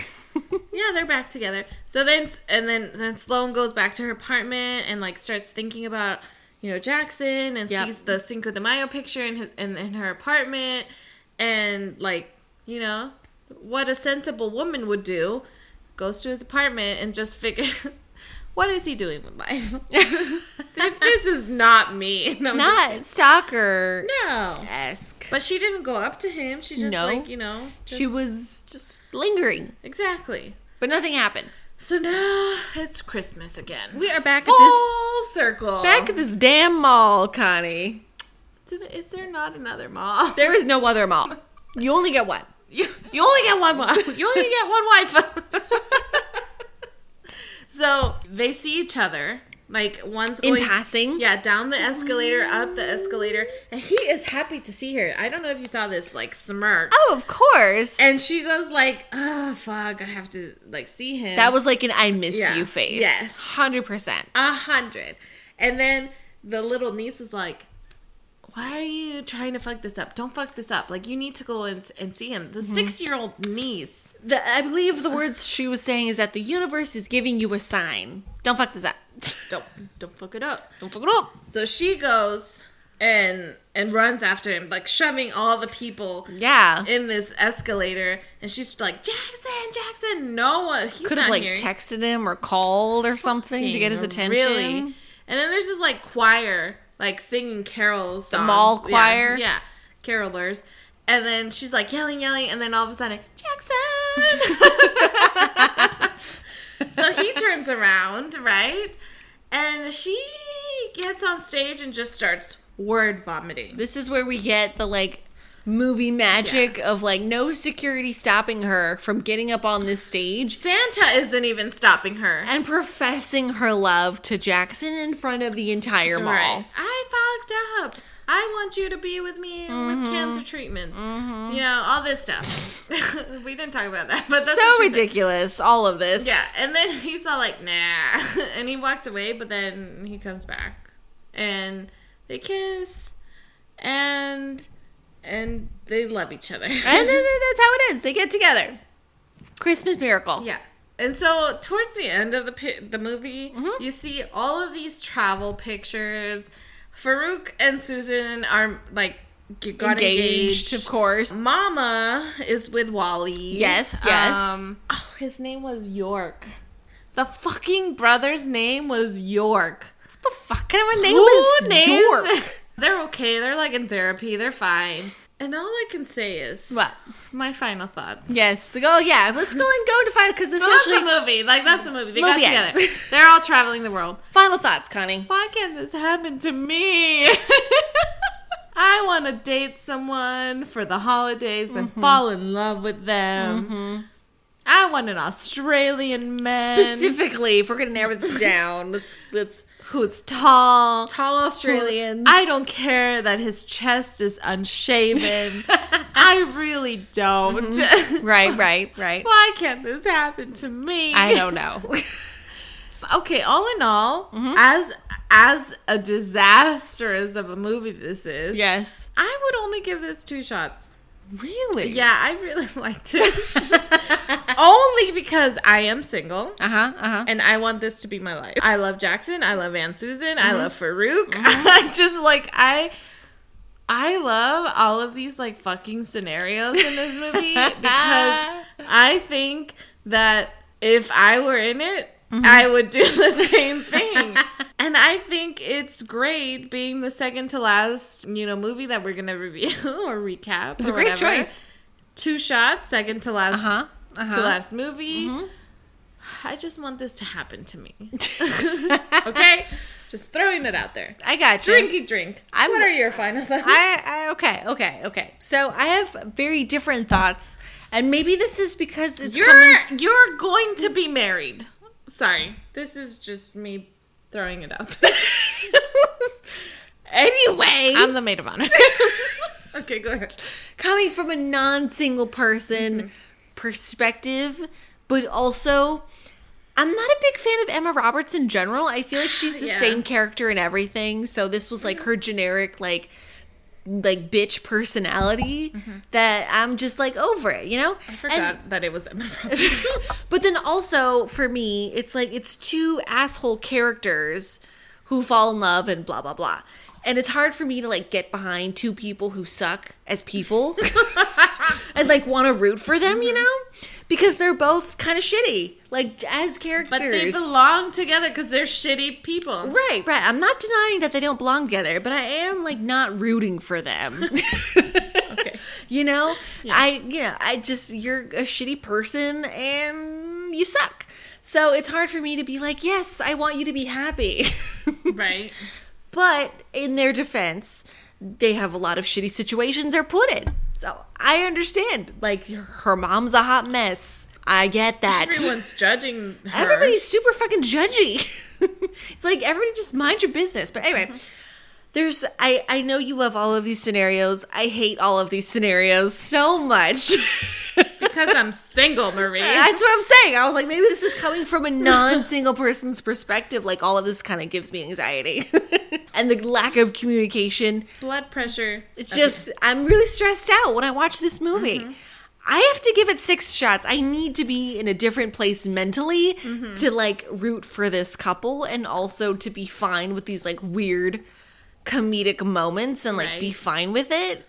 Yeah, they're back together. So then, and then, then Sloan goes back to her apartment and like starts thinking about, you know, Jackson and
Yep.
sees the Cinco de Mayo picture in, his, in in her apartment, and like, you know, what a sensible woman would do, goes to his apartment and just figure, [LAUGHS] what is he doing with
[LAUGHS]
life? if this is not me,
It's not stalker
No,
esque.
but she didn't go up to him. She just
No.
like you know, just,
She was just lingering,
exactly.
but nothing happened.
So now it's Christmas again.
We are back
full circle.
at this back at this damn mall, Connie.
to the, is there not another [LAUGHS] mall?
There is no
[LAUGHS]
other mall. You only get one.
You, you only get one mall. [LAUGHS] You only get one wife. [LAUGHS] so they see each other. Like one's
In
going,
passing.
yeah, down the escalator, up the escalator, and he is happy to see her. I don't know if you saw this like smirk,
Oh, of course.
and she goes like, "Oh fuck, I have to like see him."
that was like an I miss
Yeah.
you face.
Yes.
Hundred percent.
a hundred, and then the little niece is like, why are you trying to fuck this up? Don't fuck this up. Like you need to go and, and see him. The six year old niece.
The I believe the words she was saying is that the universe is giving you a sign. Don't fuck this up.
Don't don't fuck it up.
Don't fuck it up.
So she goes and and runs after him, like shoving all the people
Yeah.
in this escalator. And she's like, Jackson, Jackson, no one. he's
Could have
not
like
here."
texted him or called or something to get his attention.
Really. And then there's this like choir, like singing carols. The
mall choir?
Yeah, yeah, carolers. And then she's like yelling, yelling, and then all of a sudden, Jackson. [LAUGHS] so
[LAUGHS]
he turns around, right? And she gets on stage and just starts word vomiting.
This is where we get the like movie magic of like no security stopping her from getting up on this stage
Santa isn't even stopping her.
and professing her love to Jackson in front of the entire mall.
Right. I fogged up. I want you to be with me
Mm-hmm.
with cancer treatments. You know, all this stuff. [LAUGHS] we didn't talk about that, but that's what
So
she said.
ridiculous, all of this.
Yeah, and then he's all like, nah. [LAUGHS] And he walks away, but then he comes back. And they kiss. And and they love each other.
And then that's how it ends. They get together. Christmas miracle.
yeah. And so towards the end of the pi- the movie,
Mm-hmm.
you see all of these travel pictures. Farouk and Susan are like g- got engaged.
Engaged, of course.
Mama is with Wally.
Yes, yes.
oh, his name was York. The fucking brother's name was York.
What the fuck kind of a name
Who
is
names-
York?
[LAUGHS] They're okay. They're like in therapy. They're fine. And all I can say is
What?
my final thoughts.
Yes. So go. Yeah. Let's go and go to five because
So [LAUGHS] that's the
essentially
movie. Like that's the movie. They
Movie
got together.
ends. [LAUGHS]
They're all traveling the world.
final thoughts, Connie.
Why can't this happen to me? [LAUGHS] I want to date someone for the holidays and
Mm-hmm.
fall in love with them. I want an Australian man
Specifically, if we're gonna narrow this down, let's let's
who's tall,
tall Australians.
I don't care that his chest is
[LAUGHS]
[LAUGHS] unshaven. I really don't. [LAUGHS]
Mm-hmm. Right. Right. Right.
Why can't this happen to me?
I
[LAUGHS]
don't know.
Okay, all in all, as as a disaster as of a movie this is,
yes.
I would only give this two shots.
Really.
Yeah, I really [LAUGHS] liked it. only because I am single.
Uh huh. Uh huh.
And I want this to be my life. I love Jackson. I love Ann Susan.
Mm-hmm.
I love Farouk. [LAUGHS] I just like I I love all of these like fucking scenarios in this
[LAUGHS]
movie because I think that if I were in it,
Mm-hmm.
I would do [LAUGHS] the same
[LAUGHS]
thing. and I think it's great being the second to last, you know, movie that we're gonna [LAUGHS] review or recap.
It's
or
a great
whatever.
choice.
Two shots, second to last
Uh-huh, uh-huh. Mm-hmm.
to last movie. I just want this to happen to
[LAUGHS]
me. okay? just throwing it out there.
I got you.
Drinky drink.
I'm-
what are your final thoughts?
I, I okay, okay, okay. So I have very different thoughts, and maybe this is because it's
you're
coming.
you're going to be married. Sorry. This is just me throwing it out.
[LAUGHS] anyway,
I'm the maid of
[LAUGHS]
honor. okay, go ahead.
coming from a non-single person
Mm-hmm.
perspective, but also I'm not a big fan of Emma Roberts in general. I feel
[SIGHS]
like she's the
Yeah. Mm-hmm.
same character in everything. So this was like her generic like like bitch personality that I'm just like over it, you know?
Mm-hmm. I forgot that it was Emma
[LAUGHS]
Roberts.
but then also for me, it's like it's two asshole characters who fall in love and blah blah blah. And it's hard for me to like get behind two people who suck
[LAUGHS]
as people and like want to root for them, you know? Because they're both kind of shitty, like as characters.
but they belong together because they're shitty people.
Right, right. I'm not denying that they don't belong together, but I am like not rooting for them. You know, I you know, I just you're a shitty person and you suck. So it's hard for me to be like, "Yes, I want you to be happy." [LAUGHS]
Right.
but in their defense, they have a lot of shitty situations they're put in. So I understand. Like her mom's a hot mess. I get that.
Everyone's judging her.
Everybody's super fucking judgy. [LAUGHS] it's like everybody just mind your business. But anyway, there's I I know you love all of these scenarios. I hate all of these scenarios so much. [LAUGHS]
because I'm single, Marie.
That's what I'm saying. [LAUGHS] I was like, maybe this is coming from a non-single person's perspective. Like all of this kind of gives me anxiety, [LAUGHS] and the lack of communication.
Blood pressure.
It's just I'm really stressed out when I watch this movie. I have to give it six shots. I need to be in a different place mentally to like root for this couple and also to be fine with these like weird comedic moments and like be
Right.
fine with it.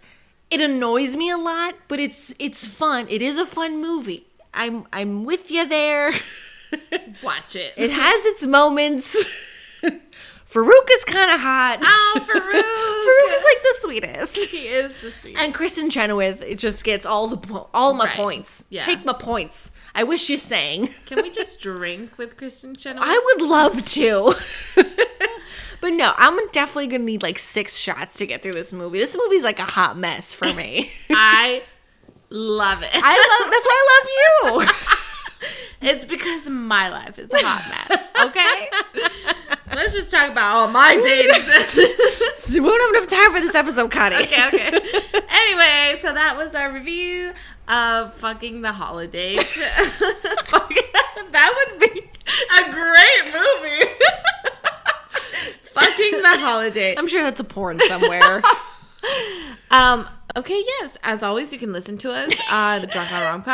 It annoys me a lot, but it's it's fun. It is a fun movie. I'm I'm with you there.
[LAUGHS] watch it.
It has its moments. [LAUGHS] Farouk is kind of hot.
Oh,
Farouk is
Farouk.
like the sweetest.
[LAUGHS] he is the sweet.
And Kristen Chenoweth it just gets all the po- all my
Right.
points.
Yeah.
Take my points. I wish you sang.
Can we just drink with Kristen Chenoweth?
I would love to. [LAUGHS] but no, I'm definitely going to need like six shots to get through this movie. This movie's like a hot mess for me.
[LAUGHS] I love it.
I love that's why I love you.
[LAUGHS] it's because my life is a hot mess. [LAUGHS] Okay, let's just talk about all my dates. [LAUGHS]
[LAUGHS] we won't have enough time for this episode, Connie.
okay,
[LAUGHS]
okay. Anyway, so that was our review of fucking the holiday.
[LAUGHS]
that would be a great movie. fucking the holiday.
I'm sure that's a
[LAUGHS]
porn somewhere.
Um. Okay. Yes. As always, you can listen to us on
Mm-hmm.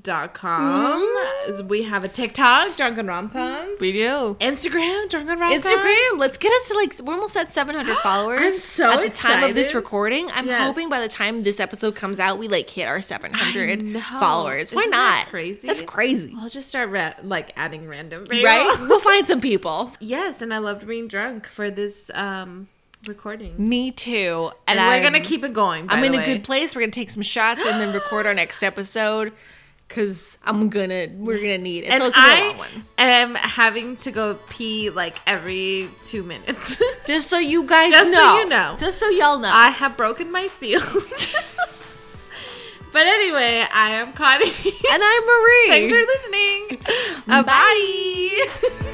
drunkenromcoms.com. We have a TikTok, drunken romcoms.
we do.
Instagram, drunken romcoms.
Instagram, let's get us to like we're almost at [GASPS] 700 followers.
I'm so
at the time of this
excited.
recording. I'm
Yes.
hoping by the time this episode comes out, we like hit our 700
I know.
followers. Why
Isn't that
not?
crazy?
That's crazy,
I'll just start ra- like adding random, people.
right? [LAUGHS] we'll find some people.
Yes, and I loved being drunk for this um recording.
Me too.
And,
I'm,
we're gonna keep it going. by
I'm
the
in a
way.
good place. We're gonna take some shots and then record our next episode because I'm gonna we're gonna need it.
And
it's gonna be a long
I
one.
am having to go pee like every two minutes. [LAUGHS]
Just so you guys
Just so
know.
you know.
Just so y'all know.
I have broken my seal. [LAUGHS] but anyway, I am Connie. [LAUGHS]
and I'm Marie.
Thanks for listening. Uh,
Bye.
bye.